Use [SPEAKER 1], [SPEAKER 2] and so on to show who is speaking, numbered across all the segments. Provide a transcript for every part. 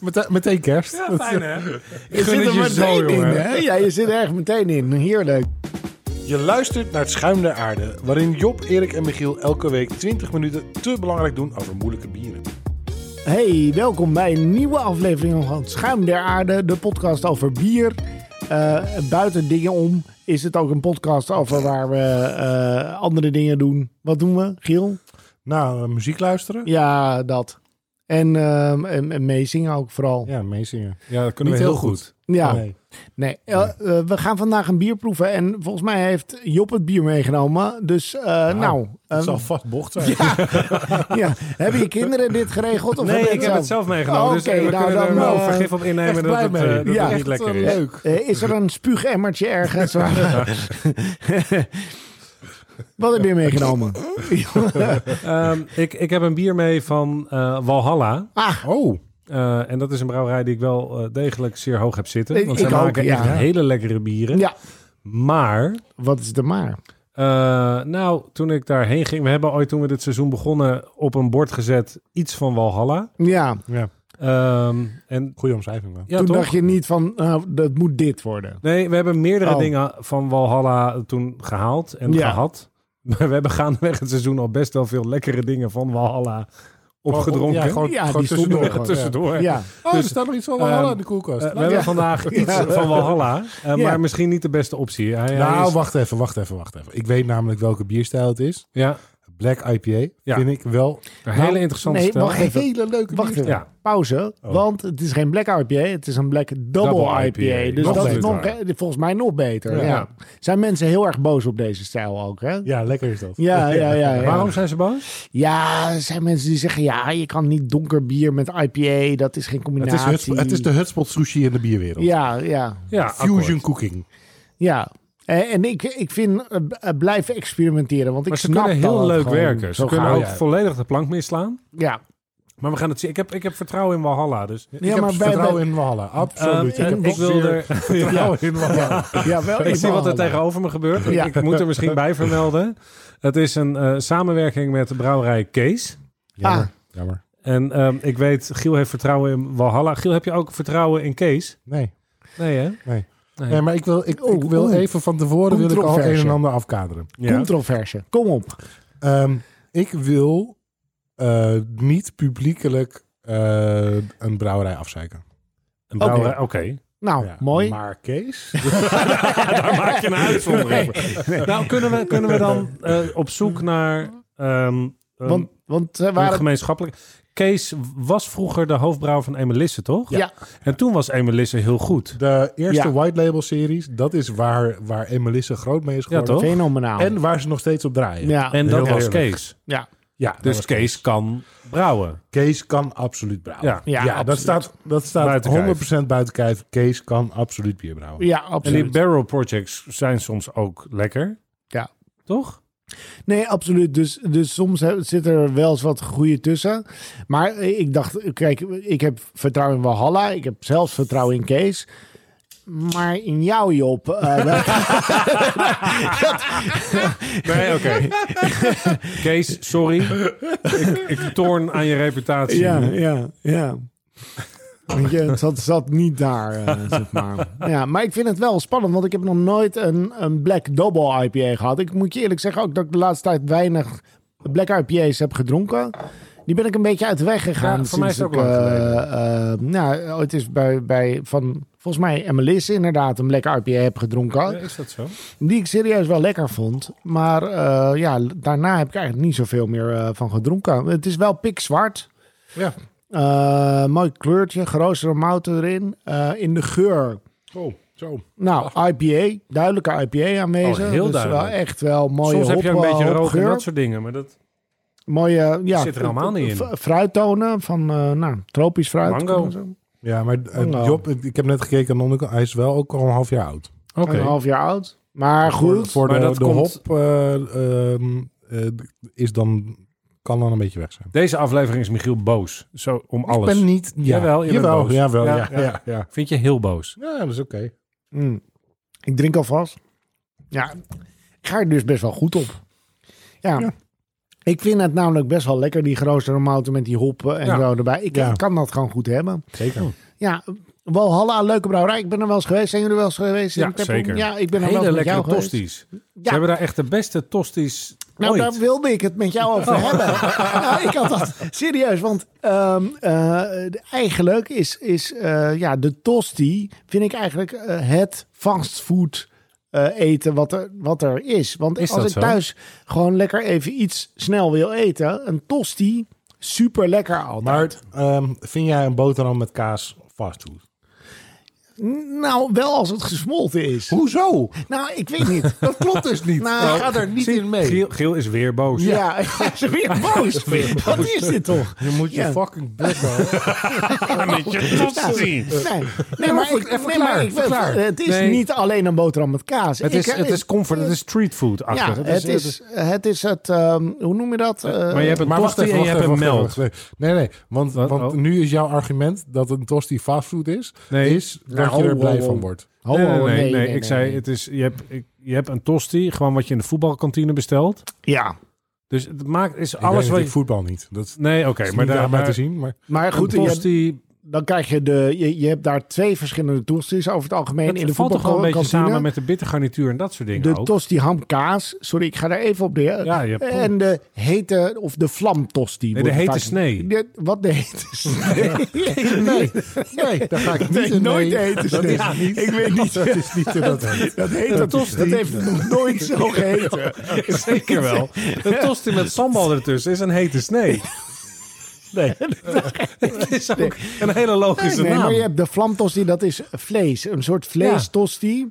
[SPEAKER 1] Meteen, meteen kerst.
[SPEAKER 2] Ja, fijn hè?
[SPEAKER 1] Ik gun het je zo, jongen.
[SPEAKER 3] hè? Ja, je zit er echt meteen in. Heerlijk.
[SPEAKER 1] Je luistert naar het Schuim der Aarde, waarin Job, Erik en Michiel elke week 20 minuten te belangrijk doen over moeilijke bieren.
[SPEAKER 3] Hey, welkom bij een nieuwe aflevering van het Schuim der Aarde, de podcast over bier. Eh, buiten dingen om is het ook een podcast over waar we eh, andere dingen doen. Wat doen we, Giel?
[SPEAKER 1] Nou, eh, muziek luisteren?
[SPEAKER 3] Ja, dat. En, ehm, en, en meezingen ook vooral.
[SPEAKER 1] Ja, meezingen. Ja, dat kunnen
[SPEAKER 2] Niet
[SPEAKER 1] we heel,
[SPEAKER 2] heel
[SPEAKER 1] goed.
[SPEAKER 3] Ja, nee.
[SPEAKER 1] Nee.
[SPEAKER 3] Eh, eh, we gaan vandaag een bier proeven en volgens mij heeft Job het bier meegenomen. Dus eh, nou,
[SPEAKER 1] Het
[SPEAKER 3] eh,
[SPEAKER 1] zal vast bocht zijn.
[SPEAKER 3] ja. hebben je kinderen dit geregeld? Of
[SPEAKER 2] Nee,
[SPEAKER 3] heb je
[SPEAKER 2] ik heb het zelf meegenomen.
[SPEAKER 3] Oh,
[SPEAKER 2] dus
[SPEAKER 3] oké,
[SPEAKER 2] we
[SPEAKER 3] nou,
[SPEAKER 2] kunnen
[SPEAKER 3] dan,
[SPEAKER 2] er wel
[SPEAKER 3] eh,
[SPEAKER 2] vergif op
[SPEAKER 1] echt
[SPEAKER 2] innemen dat
[SPEAKER 1] blij
[SPEAKER 2] het, eh,
[SPEAKER 1] mee.
[SPEAKER 2] dat het
[SPEAKER 3] Ja,
[SPEAKER 2] niet lekker
[SPEAKER 1] eh,
[SPEAKER 2] is.
[SPEAKER 1] Leuk.
[SPEAKER 3] Eh, is er een spuugemmertje ergens? waar we- Wat heb je meegenomen?
[SPEAKER 2] Ehm, ik, ik heb een bier mee van eh, Walhalla.
[SPEAKER 1] Oh,
[SPEAKER 2] Eh, en dat is een brouwerij die ik wel eh, degelijk zeer hoog heb zitten.
[SPEAKER 3] Ik-
[SPEAKER 2] Want zij
[SPEAKER 3] ik ook,
[SPEAKER 2] maken echt
[SPEAKER 3] ja.
[SPEAKER 2] hele lekkere bieren.
[SPEAKER 3] Ja,
[SPEAKER 2] Maar,
[SPEAKER 3] wat is er maar?
[SPEAKER 2] eh, nou, toen ik daarheen ging... We hebben ooit toen we dit seizoen begonnen op een bord gezet iets van Walhalla.
[SPEAKER 3] Ja,
[SPEAKER 1] ja.
[SPEAKER 2] Ehm, en
[SPEAKER 1] Goede omschrijving wel.
[SPEAKER 2] ja,
[SPEAKER 3] toen
[SPEAKER 2] toch?
[SPEAKER 3] dacht je niet van, nou, dat moet dit worden.
[SPEAKER 2] Nee, we hebben meerdere
[SPEAKER 3] Oh.
[SPEAKER 2] dingen van Walhalla toen gehaald en
[SPEAKER 3] Ja.
[SPEAKER 2] gehad. Maar we hebben gaandeweg het seizoen al best wel veel lekkere dingen van Walhalla opgedronken.
[SPEAKER 1] Ja, gewoon,
[SPEAKER 3] Ja,
[SPEAKER 1] gewoon
[SPEAKER 3] die stond
[SPEAKER 1] tussendoor.
[SPEAKER 3] er gewoon.
[SPEAKER 1] tussendoor.
[SPEAKER 2] tussendoor.
[SPEAKER 3] Ja,
[SPEAKER 1] Oh,
[SPEAKER 2] Dus,
[SPEAKER 1] er staat nog iets van
[SPEAKER 2] ehm,
[SPEAKER 1] Walhalla in de koelkast.
[SPEAKER 2] Eh, we
[SPEAKER 1] Nou,
[SPEAKER 2] hebben vandaag iets van Walhalla,
[SPEAKER 3] Ja.
[SPEAKER 2] eh, maar misschien niet de beste optie. Hij- hij
[SPEAKER 1] nou,
[SPEAKER 2] is-
[SPEAKER 1] wacht even, wacht even, wacht even. Ik weet namelijk welke bierstijl het is.
[SPEAKER 2] ja,
[SPEAKER 1] Black IPA
[SPEAKER 2] Ja.
[SPEAKER 1] vind ik wel
[SPEAKER 2] een
[SPEAKER 3] Nou,
[SPEAKER 2] hele interessante
[SPEAKER 3] nee,
[SPEAKER 2] stijl.
[SPEAKER 3] wacht
[SPEAKER 1] een
[SPEAKER 3] even.
[SPEAKER 1] hele leuke
[SPEAKER 3] Wacht
[SPEAKER 1] bierstijl.
[SPEAKER 3] even,
[SPEAKER 2] Ja.
[SPEAKER 3] pauze.
[SPEAKER 1] Oh.
[SPEAKER 3] Want het is geen black IPA, het is een black double,
[SPEAKER 2] Double
[SPEAKER 3] IPA.
[SPEAKER 2] IPA,
[SPEAKER 3] Dus
[SPEAKER 1] nog
[SPEAKER 3] dat is
[SPEAKER 1] beter.
[SPEAKER 3] nog, eh, volgens mij nog beter.
[SPEAKER 1] Ja.
[SPEAKER 3] Ja. Zijn mensen heel erg boos op deze stijl ook, hè?
[SPEAKER 1] Ja, lekker is dat.
[SPEAKER 3] Ja, ja, ja. ja.
[SPEAKER 2] Waarom zijn ze boos?
[SPEAKER 3] Ja, er zijn mensen die zeggen, ja, je kan niet donker bier met IPA, dat is geen
[SPEAKER 1] Het
[SPEAKER 3] combinatie.
[SPEAKER 1] is, hutspot- het is de hutspot sushi in de bierwereld.
[SPEAKER 3] Ja, ja.
[SPEAKER 2] Ja,
[SPEAKER 1] Fusion
[SPEAKER 2] akkoord.
[SPEAKER 1] cooking.
[SPEAKER 3] Ja, Eh, en ik, ik vind eh, b- eh, blijven experimenteren. Want ik
[SPEAKER 2] Maar ze
[SPEAKER 3] snap
[SPEAKER 2] kunnen heel
[SPEAKER 3] dat
[SPEAKER 2] leuk
[SPEAKER 3] gewoon
[SPEAKER 2] werken. Ze
[SPEAKER 3] zo
[SPEAKER 2] kunnen
[SPEAKER 3] gauw.
[SPEAKER 2] ook volledig de plank misslaan.
[SPEAKER 3] Ja,
[SPEAKER 2] Maar we gaan het zien. Ik heb, ik heb vertrouwen in Walhalla, dus...
[SPEAKER 1] ik heb
[SPEAKER 3] maar wij-
[SPEAKER 1] vertrouwen in Walhalla. Absoluut.
[SPEAKER 2] Eh,
[SPEAKER 1] Ehm, ik
[SPEAKER 2] en
[SPEAKER 1] heb ook
[SPEAKER 2] wil
[SPEAKER 1] zeer
[SPEAKER 2] er-
[SPEAKER 1] vertrouwen in Walhalla.
[SPEAKER 3] ja wel.
[SPEAKER 2] Ik zie wat er
[SPEAKER 3] wel.
[SPEAKER 2] tegenover me gebeurt. Ik-
[SPEAKER 3] Ja.
[SPEAKER 2] Ik, moet er misschien bij vermelden. Het is een eh, samenwerking met de brouwerij Kees.
[SPEAKER 1] Jammer.
[SPEAKER 3] Ah.
[SPEAKER 1] Jammer.
[SPEAKER 2] En ehm, ik weet, Giel heeft vertrouwen in Walhalla. Giel, heb je ook vertrouwen in Kees?
[SPEAKER 1] Nee.
[SPEAKER 2] Nee, hè?
[SPEAKER 1] nee, maar ik wil, ik, ik
[SPEAKER 3] Oeh,
[SPEAKER 1] wil
[SPEAKER 3] oeh.
[SPEAKER 1] even van tevoren wil ik al
[SPEAKER 3] Controverse.
[SPEAKER 1] een en ander afkaderen.
[SPEAKER 3] Controverse. Kom op.
[SPEAKER 1] Ehm, ik wil eh, niet publiekelijk eh, een brouwerij afzeiken.
[SPEAKER 2] Een brouwerij, oké.
[SPEAKER 3] Nou,
[SPEAKER 1] Ja.
[SPEAKER 3] mooi.
[SPEAKER 1] Maar Kees?
[SPEAKER 2] Daar maak je een uitzondering
[SPEAKER 3] Nee,
[SPEAKER 2] voor. Nou, kunnen we, kunnen we dan eh, op zoek naar ehm
[SPEAKER 3] Want, want ze
[SPEAKER 2] een, een
[SPEAKER 3] waren...
[SPEAKER 2] gemeenschappelijk... Kees was vroeger de hoofdbrouwer van Emelisse, toch?
[SPEAKER 3] Ja.
[SPEAKER 2] En toen was Emelisse heel goed.
[SPEAKER 1] De eerste
[SPEAKER 3] Ja.
[SPEAKER 1] white label series, dat is waar, waar Emelisse groot mee is geworden.
[SPEAKER 2] toch?
[SPEAKER 3] Fenomenaal.
[SPEAKER 1] En waar ze nog steeds op draaien.
[SPEAKER 3] ja,
[SPEAKER 2] En dat
[SPEAKER 1] Heel
[SPEAKER 2] was
[SPEAKER 1] eerlijk.
[SPEAKER 2] Kees.
[SPEAKER 3] ja.
[SPEAKER 1] Ja, dat
[SPEAKER 2] Dus
[SPEAKER 1] was
[SPEAKER 2] Kees kan brouwen.
[SPEAKER 1] Kees kan absoluut brouwen.
[SPEAKER 2] Ja.
[SPEAKER 3] Ja,
[SPEAKER 1] dat
[SPEAKER 3] absoluut.
[SPEAKER 1] staat, dat staat
[SPEAKER 2] Buiten kijf.
[SPEAKER 1] 100% buiten kijf. Kees kan absoluut bier brouwen.
[SPEAKER 3] ja,
[SPEAKER 2] En die
[SPEAKER 3] absoluut.
[SPEAKER 2] barrel projects zijn soms ook lekker.
[SPEAKER 3] Ja.
[SPEAKER 2] Toch?
[SPEAKER 3] Nee, absoluut. Dus, dus soms he- zit er wel eens wat groei tussen. Maar eh, ik dacht, kijk, ik heb vertrouwen in Walhalla. Ik heb zelfs vertrouwen in Kees. Maar in jou, Job. eh, dat-
[SPEAKER 2] Nee, oké. Kees, sorry. Ik, ik torn aan je reputatie.
[SPEAKER 3] ja, ja, ja. Want je het zat, zat niet daar, eh, zeg maar. Ja, maar ik vind het wel spannend, want ik heb nog nooit een, een Black Double IPA gehad. Ik moet je eerlijk zeggen ook dat ik de laatste tijd weinig Black IPA's heb gedronken. Die ben ik een beetje uit de weg gegaan.
[SPEAKER 2] Ja, voor mij
[SPEAKER 3] sinds
[SPEAKER 2] is het
[SPEAKER 3] ik,
[SPEAKER 2] ook lang
[SPEAKER 3] eh,
[SPEAKER 2] geleden.
[SPEAKER 3] eh, nou, het is bij, bij van, volgens mij, MLS inderdaad een Black IPA heb gedronken.
[SPEAKER 2] Is dat zo?
[SPEAKER 3] Die ik serieus wel lekker vond. Maar eh, ja, l- daarna heb ik eigenlijk niet zoveel meer eh, van gedronken. Het is wel pikzwart.
[SPEAKER 1] Ja.
[SPEAKER 3] Eh, mooi kleurtje, geroosterde mouten erin. Eh, in de geur.
[SPEAKER 1] Oh, zo.
[SPEAKER 3] Nou, IPA, duidelijke IPA aanwezig.
[SPEAKER 2] Oh, heel
[SPEAKER 3] dus
[SPEAKER 2] duidelijk.
[SPEAKER 3] wel echt wel mooie
[SPEAKER 2] soms heb je ook
[SPEAKER 3] hop-
[SPEAKER 2] een beetje rook en
[SPEAKER 3] hopgeur.
[SPEAKER 2] dat soort dingen. Maar dat,
[SPEAKER 3] Mooie ja,
[SPEAKER 2] Zit er helemaal niet in.
[SPEAKER 3] f- Fruittonen van eh, nou, tropisch fruit.
[SPEAKER 2] Mango.
[SPEAKER 3] Oké.
[SPEAKER 1] Ja, maar eh,
[SPEAKER 3] Oh, nou.
[SPEAKER 1] Job, ik heb net gekeken aan de onderkant. Hij is wel ook al een half jaar oud.
[SPEAKER 3] Een half jaar oud. Maar goed.
[SPEAKER 1] Voor
[SPEAKER 2] Maar
[SPEAKER 1] de,
[SPEAKER 2] dat
[SPEAKER 1] de
[SPEAKER 2] komt-
[SPEAKER 1] hop eh, ehm, eh, is dan kan dan een beetje weg zijn.
[SPEAKER 2] Deze aflevering is Michiel boos. Zo om alles.
[SPEAKER 1] Ik ben niet... Ja.
[SPEAKER 2] Jawel, je bent
[SPEAKER 1] jawel,
[SPEAKER 2] boos.
[SPEAKER 1] jawel, ja, ja,
[SPEAKER 2] Ja,
[SPEAKER 1] ja, ja.
[SPEAKER 2] Vind je heel boos?
[SPEAKER 1] dat is oké.
[SPEAKER 3] Mm. Ik drink alvast. Ja, ik ga er dus best wel goed op. Ja.
[SPEAKER 1] Ja.
[SPEAKER 3] Ik vind het namelijk best wel lekker, die geroosterde mouten met die hoppen en
[SPEAKER 2] Ja.
[SPEAKER 3] zo erbij. Ik
[SPEAKER 1] Ja.
[SPEAKER 3] ik kan dat gewoon goed hebben.
[SPEAKER 1] Zeker.
[SPEAKER 3] Ja, Walhalla, leuke brouwerij. Ik ben er wel eens geweest. Zijn jullie er wel eens geweest?
[SPEAKER 2] Ja,
[SPEAKER 3] Ik heb-
[SPEAKER 2] zeker.
[SPEAKER 3] Ja, ik ben er wel
[SPEAKER 2] Hele
[SPEAKER 3] eens met jou
[SPEAKER 2] lekkere
[SPEAKER 3] geweest.
[SPEAKER 2] tosties. Ze
[SPEAKER 3] Ja,
[SPEAKER 2] hebben daar echt de beste tosties
[SPEAKER 3] nou, daar
[SPEAKER 2] ooit.
[SPEAKER 3] wilde ik het met jou over hebben. Nou, ik had dat serieus, want ehm, eh, de- eigenlijk is, is eh, ja, de tosti, vind ik eigenlijk eh, het fastfood eh, eten wat er, wat er is. Want
[SPEAKER 2] Is
[SPEAKER 3] als
[SPEAKER 2] dat
[SPEAKER 3] ik
[SPEAKER 2] zo?
[SPEAKER 3] thuis gewoon lekker even iets snel wil eten, een tosti, super lekker altijd.
[SPEAKER 1] Maar ehm, vind jij een boterham met kaas fastfood?
[SPEAKER 3] nou, wel als het gesmolten is.
[SPEAKER 1] Hoezo?
[SPEAKER 3] Nou, ik weet niet.
[SPEAKER 1] Dat klopt dus niet.
[SPEAKER 3] Nou,
[SPEAKER 1] ik ga daar niet in mee.
[SPEAKER 2] Giel, Giel is weer boos.
[SPEAKER 3] Ja, ze is weer boos. Wat is dit toch?
[SPEAKER 1] Je moet je
[SPEAKER 3] Ja.
[SPEAKER 1] fucking best houden.
[SPEAKER 3] Nee, nee, maar, ik,
[SPEAKER 1] even
[SPEAKER 3] nee,
[SPEAKER 1] klaar,
[SPEAKER 3] maar ik-
[SPEAKER 1] even klaar.
[SPEAKER 3] het is
[SPEAKER 2] Nee.
[SPEAKER 3] niet alleen een boterham met kaas.
[SPEAKER 2] Het,
[SPEAKER 3] Ik-
[SPEAKER 2] is, het is comfort, het is streetfood-achtig.
[SPEAKER 3] ja, het is het, is het ehm, hoe noem je dat? Eh,
[SPEAKER 2] maar je hebt een
[SPEAKER 1] Maar wacht
[SPEAKER 2] tosti
[SPEAKER 1] even,
[SPEAKER 2] en je hebt een meld.
[SPEAKER 1] melk. Nee, nee, want,
[SPEAKER 2] Wat?
[SPEAKER 1] want
[SPEAKER 2] Oh.
[SPEAKER 1] nu is jouw argument dat een tosti fastfood is,
[SPEAKER 2] Nee.
[SPEAKER 1] is dat
[SPEAKER 3] Nou,
[SPEAKER 1] je er
[SPEAKER 3] ho,
[SPEAKER 1] blij
[SPEAKER 3] ho, ho.
[SPEAKER 1] van wordt.
[SPEAKER 3] ho,
[SPEAKER 2] nee,
[SPEAKER 3] ho,
[SPEAKER 2] nee, nee, nee,
[SPEAKER 3] Oh, nee,
[SPEAKER 2] Ik zei,
[SPEAKER 3] nee.
[SPEAKER 2] het is, je, hebt, ik- je hebt een tosti, gewoon wat je in de voetbalkantine bestelt.
[SPEAKER 3] Ja,
[SPEAKER 2] Dus het maakt, is
[SPEAKER 1] Alles
[SPEAKER 2] alles
[SPEAKER 1] ik
[SPEAKER 2] wat
[SPEAKER 1] weet
[SPEAKER 2] je...
[SPEAKER 1] ik voetbal niet. Dat is
[SPEAKER 2] Nee, oké,
[SPEAKER 1] niet
[SPEAKER 2] maar
[SPEAKER 1] aan
[SPEAKER 2] daar
[SPEAKER 1] mij
[SPEAKER 2] maar
[SPEAKER 1] te zien. Maar
[SPEAKER 3] maar
[SPEAKER 2] Een
[SPEAKER 3] goed, je, hebt-
[SPEAKER 2] tosti,
[SPEAKER 3] dan krijg je de je, je hebt daar twee verschillende tosti's over het algemeen
[SPEAKER 2] dat
[SPEAKER 3] in de
[SPEAKER 2] valt toch wel een beetje
[SPEAKER 3] voetbalkantine.
[SPEAKER 2] samen met de bittergarnituur en dat soort dingen
[SPEAKER 3] de
[SPEAKER 2] ook.
[SPEAKER 3] tosti hamkaas. Sorry, ik ga daar even op de.
[SPEAKER 2] Ja, je hebt-
[SPEAKER 3] en de hete of de vlamtosti.
[SPEAKER 2] Nee, de
[SPEAKER 3] wordt het
[SPEAKER 2] hete
[SPEAKER 3] vaak-
[SPEAKER 2] snee.
[SPEAKER 3] De- wat de hete snee?
[SPEAKER 1] nee, nee, daar ga ik niet
[SPEAKER 3] Nee,
[SPEAKER 1] in
[SPEAKER 3] nooit
[SPEAKER 1] mee.
[SPEAKER 3] eten.
[SPEAKER 1] Dat is niet.
[SPEAKER 3] Ik weet niet.
[SPEAKER 1] Dat is niet hoe dat heet.
[SPEAKER 3] Dat heet dat,
[SPEAKER 2] tosti.
[SPEAKER 3] dat heeft nog nooit zo geheten.
[SPEAKER 2] Zeker wel. Een tosti met sambal ertussen is een hete snee. Nee. Het is ook een hele logische
[SPEAKER 3] Nee, maar
[SPEAKER 2] naam.
[SPEAKER 3] je hebt de vlamtosti, dat is vlees. Een soort vleestosti.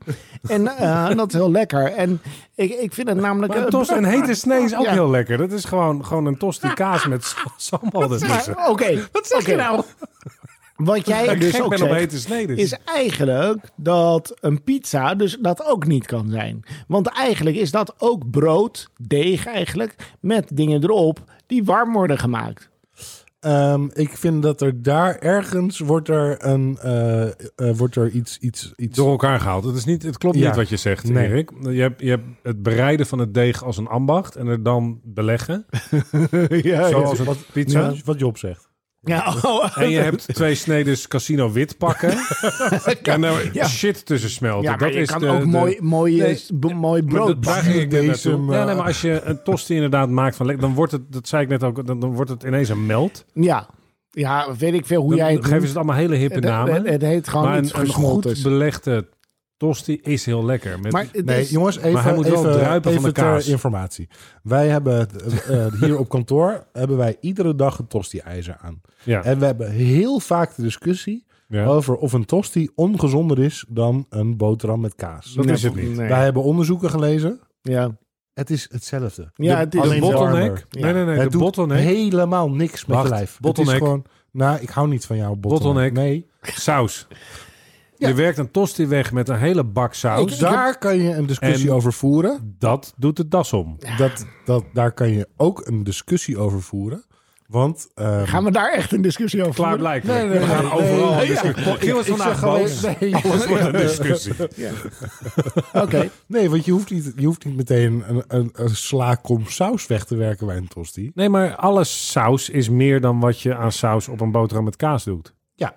[SPEAKER 3] En eh, dat is heel lekker. En ik, ik vind het namelijk...
[SPEAKER 2] Maar een,
[SPEAKER 3] eh,
[SPEAKER 2] tost, een hete snee is ook
[SPEAKER 3] Ja.
[SPEAKER 2] heel lekker. Dat is gewoon, gewoon een tosti kaas met sa- sambal
[SPEAKER 3] maar-
[SPEAKER 2] ertussen.
[SPEAKER 3] Oké. Wat zeg je nou? Wat jij
[SPEAKER 2] Ik
[SPEAKER 3] dus
[SPEAKER 2] gek
[SPEAKER 3] ook
[SPEAKER 2] ben op
[SPEAKER 3] zegt,
[SPEAKER 2] hete snee. dus.
[SPEAKER 3] is eigenlijk dat een pizza dus dat ook niet kan zijn. Want eigenlijk is dat ook brood, deeg eigenlijk, met dingen erop die warm worden gemaakt.
[SPEAKER 1] Ehm, ik vind dat er daar ergens wordt er een eh, eh, wordt er iets iets iets.
[SPEAKER 2] door elkaar gehaald. Het, is niet, het klopt
[SPEAKER 1] Ja.
[SPEAKER 2] niet wat je zegt,
[SPEAKER 1] Nee.
[SPEAKER 2] Erik. Je hebt, je hebt het bereiden van het deeg als een ambacht en er dan beleggen,
[SPEAKER 1] ja,
[SPEAKER 2] zoals een pizza.
[SPEAKER 1] ja, wat Job zegt.
[SPEAKER 3] Ja, oh,
[SPEAKER 2] En je hebt twee snedes casino wit pakken en daar
[SPEAKER 3] Ja.
[SPEAKER 2] shit tussen smelten.
[SPEAKER 3] Ja, maar
[SPEAKER 2] dat
[SPEAKER 3] je
[SPEAKER 2] is
[SPEAKER 3] kan
[SPEAKER 2] de-
[SPEAKER 3] ook
[SPEAKER 2] de-
[SPEAKER 3] mooi, mooi,
[SPEAKER 2] Nee,
[SPEAKER 3] eh, s- b- mooi
[SPEAKER 2] Maar
[SPEAKER 3] brood
[SPEAKER 2] dat, daar ging ik net
[SPEAKER 1] Deze,
[SPEAKER 2] naartoe.
[SPEAKER 1] eh,
[SPEAKER 2] Ja, nee, maar als je een tosti inderdaad maakt van le- dan wordt het, dat zei ik net ook, dan, dan wordt het ineens een melt.
[SPEAKER 3] Ja. ja, weet ik veel hoe
[SPEAKER 2] Dan
[SPEAKER 3] jij het
[SPEAKER 2] geven ze
[SPEAKER 3] noemt.
[SPEAKER 2] het allemaal hele hippe
[SPEAKER 3] Het-
[SPEAKER 2] namen.
[SPEAKER 3] Het, het heet gewoon
[SPEAKER 2] maar
[SPEAKER 3] iets
[SPEAKER 2] een, een goed
[SPEAKER 3] gesmolten.
[SPEAKER 2] belegde tosti is heel lekker. Met,
[SPEAKER 3] maar het
[SPEAKER 1] Nee,
[SPEAKER 3] is-
[SPEAKER 1] jongens, even,
[SPEAKER 2] hij moet wel
[SPEAKER 1] even,
[SPEAKER 2] druipen van
[SPEAKER 1] even
[SPEAKER 2] de
[SPEAKER 1] ter
[SPEAKER 2] kaas.
[SPEAKER 1] informatie. Wij hebben eh, eh, hier op kantoor hebben wij iedere dag een tosti-ijzer aan.
[SPEAKER 2] ja,
[SPEAKER 1] En we hebben heel vaak de discussie
[SPEAKER 3] Oh,
[SPEAKER 2] ja.
[SPEAKER 1] over of een tosti ongezonder is dan een boterham met kaas.
[SPEAKER 2] dat
[SPEAKER 3] Nee,
[SPEAKER 2] is het niet.
[SPEAKER 3] nee.
[SPEAKER 1] Wij hebben onderzoeken gelezen.
[SPEAKER 3] Ja.
[SPEAKER 1] Het is hetzelfde.
[SPEAKER 3] Ja,
[SPEAKER 1] De-
[SPEAKER 3] het is
[SPEAKER 1] alleen
[SPEAKER 2] De bottleneck.
[SPEAKER 1] warmer.
[SPEAKER 3] Ja.
[SPEAKER 2] Nee, nee, nee.
[SPEAKER 1] Het
[SPEAKER 2] de
[SPEAKER 1] doet
[SPEAKER 2] bottleneck.
[SPEAKER 1] helemaal niks met
[SPEAKER 2] Wacht,
[SPEAKER 1] je lijf. Het
[SPEAKER 2] bottleneck.
[SPEAKER 1] is gewoon, nou, ik hou niet van jou, bottleneck.
[SPEAKER 2] Bottleneck.
[SPEAKER 1] Nee,
[SPEAKER 2] Saus.
[SPEAKER 1] Ja.
[SPEAKER 2] Je werkt een tosti weg met een hele bak saus.
[SPEAKER 1] ook daar kan je een discussie
[SPEAKER 2] Oh, dus En-
[SPEAKER 1] over voeren.
[SPEAKER 2] Dat doet de das om.
[SPEAKER 1] Dat, dat, daar kan je ook een discussie over voeren. Want... ehm,
[SPEAKER 3] Gaan we daar echt een discussie over
[SPEAKER 2] Klaar
[SPEAKER 3] voeren?
[SPEAKER 2] blijkt.
[SPEAKER 1] Nee, nee,
[SPEAKER 2] we gaan
[SPEAKER 1] nee,
[SPEAKER 2] overal
[SPEAKER 1] nee,
[SPEAKER 2] een
[SPEAKER 1] ja.
[SPEAKER 2] discussie.
[SPEAKER 1] Ik-
[SPEAKER 2] Giel
[SPEAKER 1] ik
[SPEAKER 2] is vandaag
[SPEAKER 1] zeg alleen-
[SPEAKER 2] boos.
[SPEAKER 1] nee.
[SPEAKER 2] Alles wordt een discussie.
[SPEAKER 3] Oké.
[SPEAKER 1] Nee, want je hoeft niet, je hoeft niet meteen een, een, een sla kom saus weg te werken bij een tosti.
[SPEAKER 2] Nee, maar alles saus is meer dan wat je aan saus op een boterham met kaas doet.
[SPEAKER 1] Ja.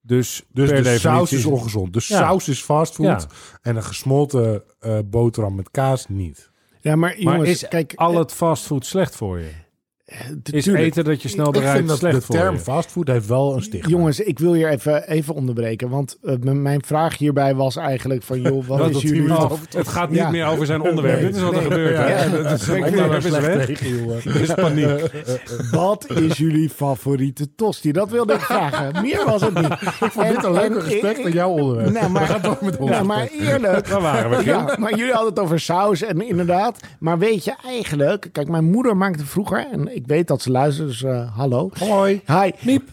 [SPEAKER 2] Dus,
[SPEAKER 1] Dus
[SPEAKER 2] per
[SPEAKER 1] de saus
[SPEAKER 2] definitie-
[SPEAKER 1] is ongezond. De
[SPEAKER 2] Ja.
[SPEAKER 1] saus is fastfood.
[SPEAKER 2] Ja.
[SPEAKER 1] En een gesmolten eh, boterham met kaas niet.
[SPEAKER 3] Ja, maar
[SPEAKER 2] Maar
[SPEAKER 3] jongens,
[SPEAKER 2] is
[SPEAKER 3] kijk.
[SPEAKER 1] eh,
[SPEAKER 2] al het fastfood slecht voor je?
[SPEAKER 3] eh,
[SPEAKER 2] Is
[SPEAKER 3] tuurlijk.
[SPEAKER 2] eten dat je snel
[SPEAKER 1] Ik vind
[SPEAKER 2] eruit
[SPEAKER 1] dat
[SPEAKER 2] slecht
[SPEAKER 1] de
[SPEAKER 2] voor
[SPEAKER 1] term
[SPEAKER 2] je?
[SPEAKER 1] fastfood heeft wel een stigma.
[SPEAKER 3] Jongens, ik wil hier even, even onderbreken. Want eh, m- mijn vraag hierbij was eigenlijk van... joh, wat is jullie...
[SPEAKER 2] Oh, het gaat niet
[SPEAKER 3] Ja.
[SPEAKER 2] meer over zijn onderwerp.
[SPEAKER 1] Nee,
[SPEAKER 2] Dit is wat er
[SPEAKER 1] nee.
[SPEAKER 2] gebeurt. hè?
[SPEAKER 1] Ja.
[SPEAKER 2] Dat
[SPEAKER 1] Ik
[SPEAKER 2] is- Het
[SPEAKER 1] ben daar
[SPEAKER 2] onderwerp is
[SPEAKER 1] slecht
[SPEAKER 2] weg.
[SPEAKER 1] tegen, jongen.
[SPEAKER 2] Er is paniek.
[SPEAKER 3] Wat is jullie favoriete tosti? Dat wilde ik vragen. Meer was het niet. Ik
[SPEAKER 1] Vond dit een leuker gesprek dan jouw onderwerp?
[SPEAKER 3] Nee, maar-
[SPEAKER 1] We gaan door met ons.
[SPEAKER 3] Ja, maar eerlijk.
[SPEAKER 2] Daar waren we, Giel.
[SPEAKER 3] Ja, maar jullie hadden het over saus en inderdaad. Maar weet je eigenlijk... Kijk, mijn moeder maakte vroeger... En ik weet dat ze luistert, dus eh, hallo.
[SPEAKER 1] Hoi.
[SPEAKER 3] Hi. Miep.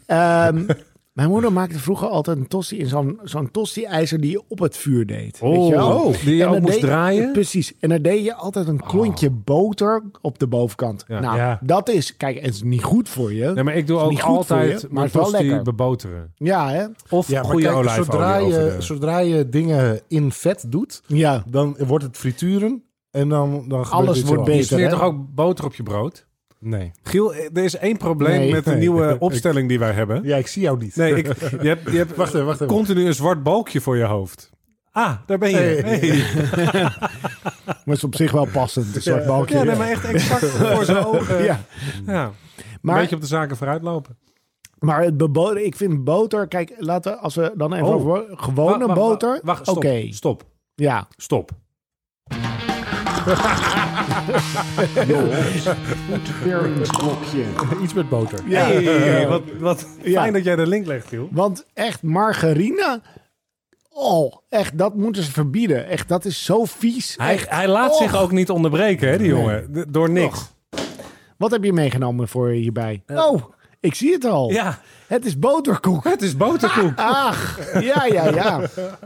[SPEAKER 3] Mijn moeder maakte vroeger altijd een tosti in zo'n zo'n tosti-ijzer die je op het vuur deed.
[SPEAKER 2] Oh,
[SPEAKER 3] weet je wel?
[SPEAKER 2] oh, die je
[SPEAKER 3] En
[SPEAKER 2] ook
[SPEAKER 3] dan
[SPEAKER 2] moest
[SPEAKER 3] deed-
[SPEAKER 2] draaien? Oh.
[SPEAKER 3] Precies. En daar deed je altijd een klontje boter op de bovenkant.
[SPEAKER 2] Ja.
[SPEAKER 3] Nou,
[SPEAKER 2] Ja.
[SPEAKER 3] dat is... Kijk, het is niet goed voor je.
[SPEAKER 2] Nee, maar ik doe
[SPEAKER 3] Is
[SPEAKER 2] ook
[SPEAKER 3] niet goed voor
[SPEAKER 2] altijd
[SPEAKER 3] je, maar
[SPEAKER 2] mijn
[SPEAKER 3] het is wel
[SPEAKER 2] tosti
[SPEAKER 3] lekker.
[SPEAKER 2] beboteren.
[SPEAKER 3] Ja, hè?
[SPEAKER 2] Of
[SPEAKER 1] Ja, maar
[SPEAKER 2] goede
[SPEAKER 1] kijk,
[SPEAKER 2] olijfolie
[SPEAKER 1] zodra je,
[SPEAKER 2] over de-
[SPEAKER 1] zodra je dingen in vet doet,
[SPEAKER 3] Ja.
[SPEAKER 1] dan wordt het frituren. En dan, dan gebeurt
[SPEAKER 3] Alles
[SPEAKER 1] dit
[SPEAKER 3] wordt
[SPEAKER 1] zo.
[SPEAKER 2] Dus Je
[SPEAKER 3] beter.
[SPEAKER 2] smeert
[SPEAKER 3] hè?
[SPEAKER 2] toch ook boter op je brood?
[SPEAKER 1] Nee.
[SPEAKER 2] Giel, er is één probleem
[SPEAKER 3] Nee.
[SPEAKER 2] met de
[SPEAKER 1] Nee.
[SPEAKER 2] nieuwe opstelling die wij hebben.
[SPEAKER 1] Ja, ik zie jou niet.
[SPEAKER 2] Nee, ik, je hebt, je hebt
[SPEAKER 1] Wacht even, wacht even.
[SPEAKER 2] continu een zwart balkje voor je hoofd. Ah, daar ben je.
[SPEAKER 1] Hey.
[SPEAKER 2] Hey.
[SPEAKER 3] Maar is op zich wel passend. Een soort balkje.
[SPEAKER 2] Ja, nee, maar echt exact voor zijn ogen.
[SPEAKER 3] Ja.
[SPEAKER 2] Ja. een
[SPEAKER 3] Maar,
[SPEAKER 2] beetje op de zaken vooruit lopen.
[SPEAKER 3] maar het beboter, ik vind boter... Kijk, laten we, als we dan even
[SPEAKER 2] Oh.
[SPEAKER 3] over... Gewone
[SPEAKER 2] Wacht, wacht,
[SPEAKER 3] boter?
[SPEAKER 2] Wacht, wacht, stop.
[SPEAKER 3] Oké.
[SPEAKER 2] Stop.
[SPEAKER 3] Ja.
[SPEAKER 2] Stop.
[SPEAKER 3] Voetberingsblokje.
[SPEAKER 1] Iets met boter.
[SPEAKER 3] Ja.
[SPEAKER 2] Hey, wat, wat
[SPEAKER 3] Ja.
[SPEAKER 2] fijn dat jij de link legt, Giel.
[SPEAKER 3] Want echt margarine... Oh, echt, dat moeten ze verbieden. Echt, dat is zo vies.
[SPEAKER 2] Hij,
[SPEAKER 3] Echt.
[SPEAKER 2] hij laat
[SPEAKER 3] Och.
[SPEAKER 2] zich ook niet onderbreken, hè, die jongen. D- door niks.
[SPEAKER 3] Wat heb je meegenomen voor hierbij? Oh, ik zie het al.
[SPEAKER 2] Eh. Ja,
[SPEAKER 3] Het is boterkoek.
[SPEAKER 2] het is boterkoek.
[SPEAKER 3] Ach, ja, ja, ja.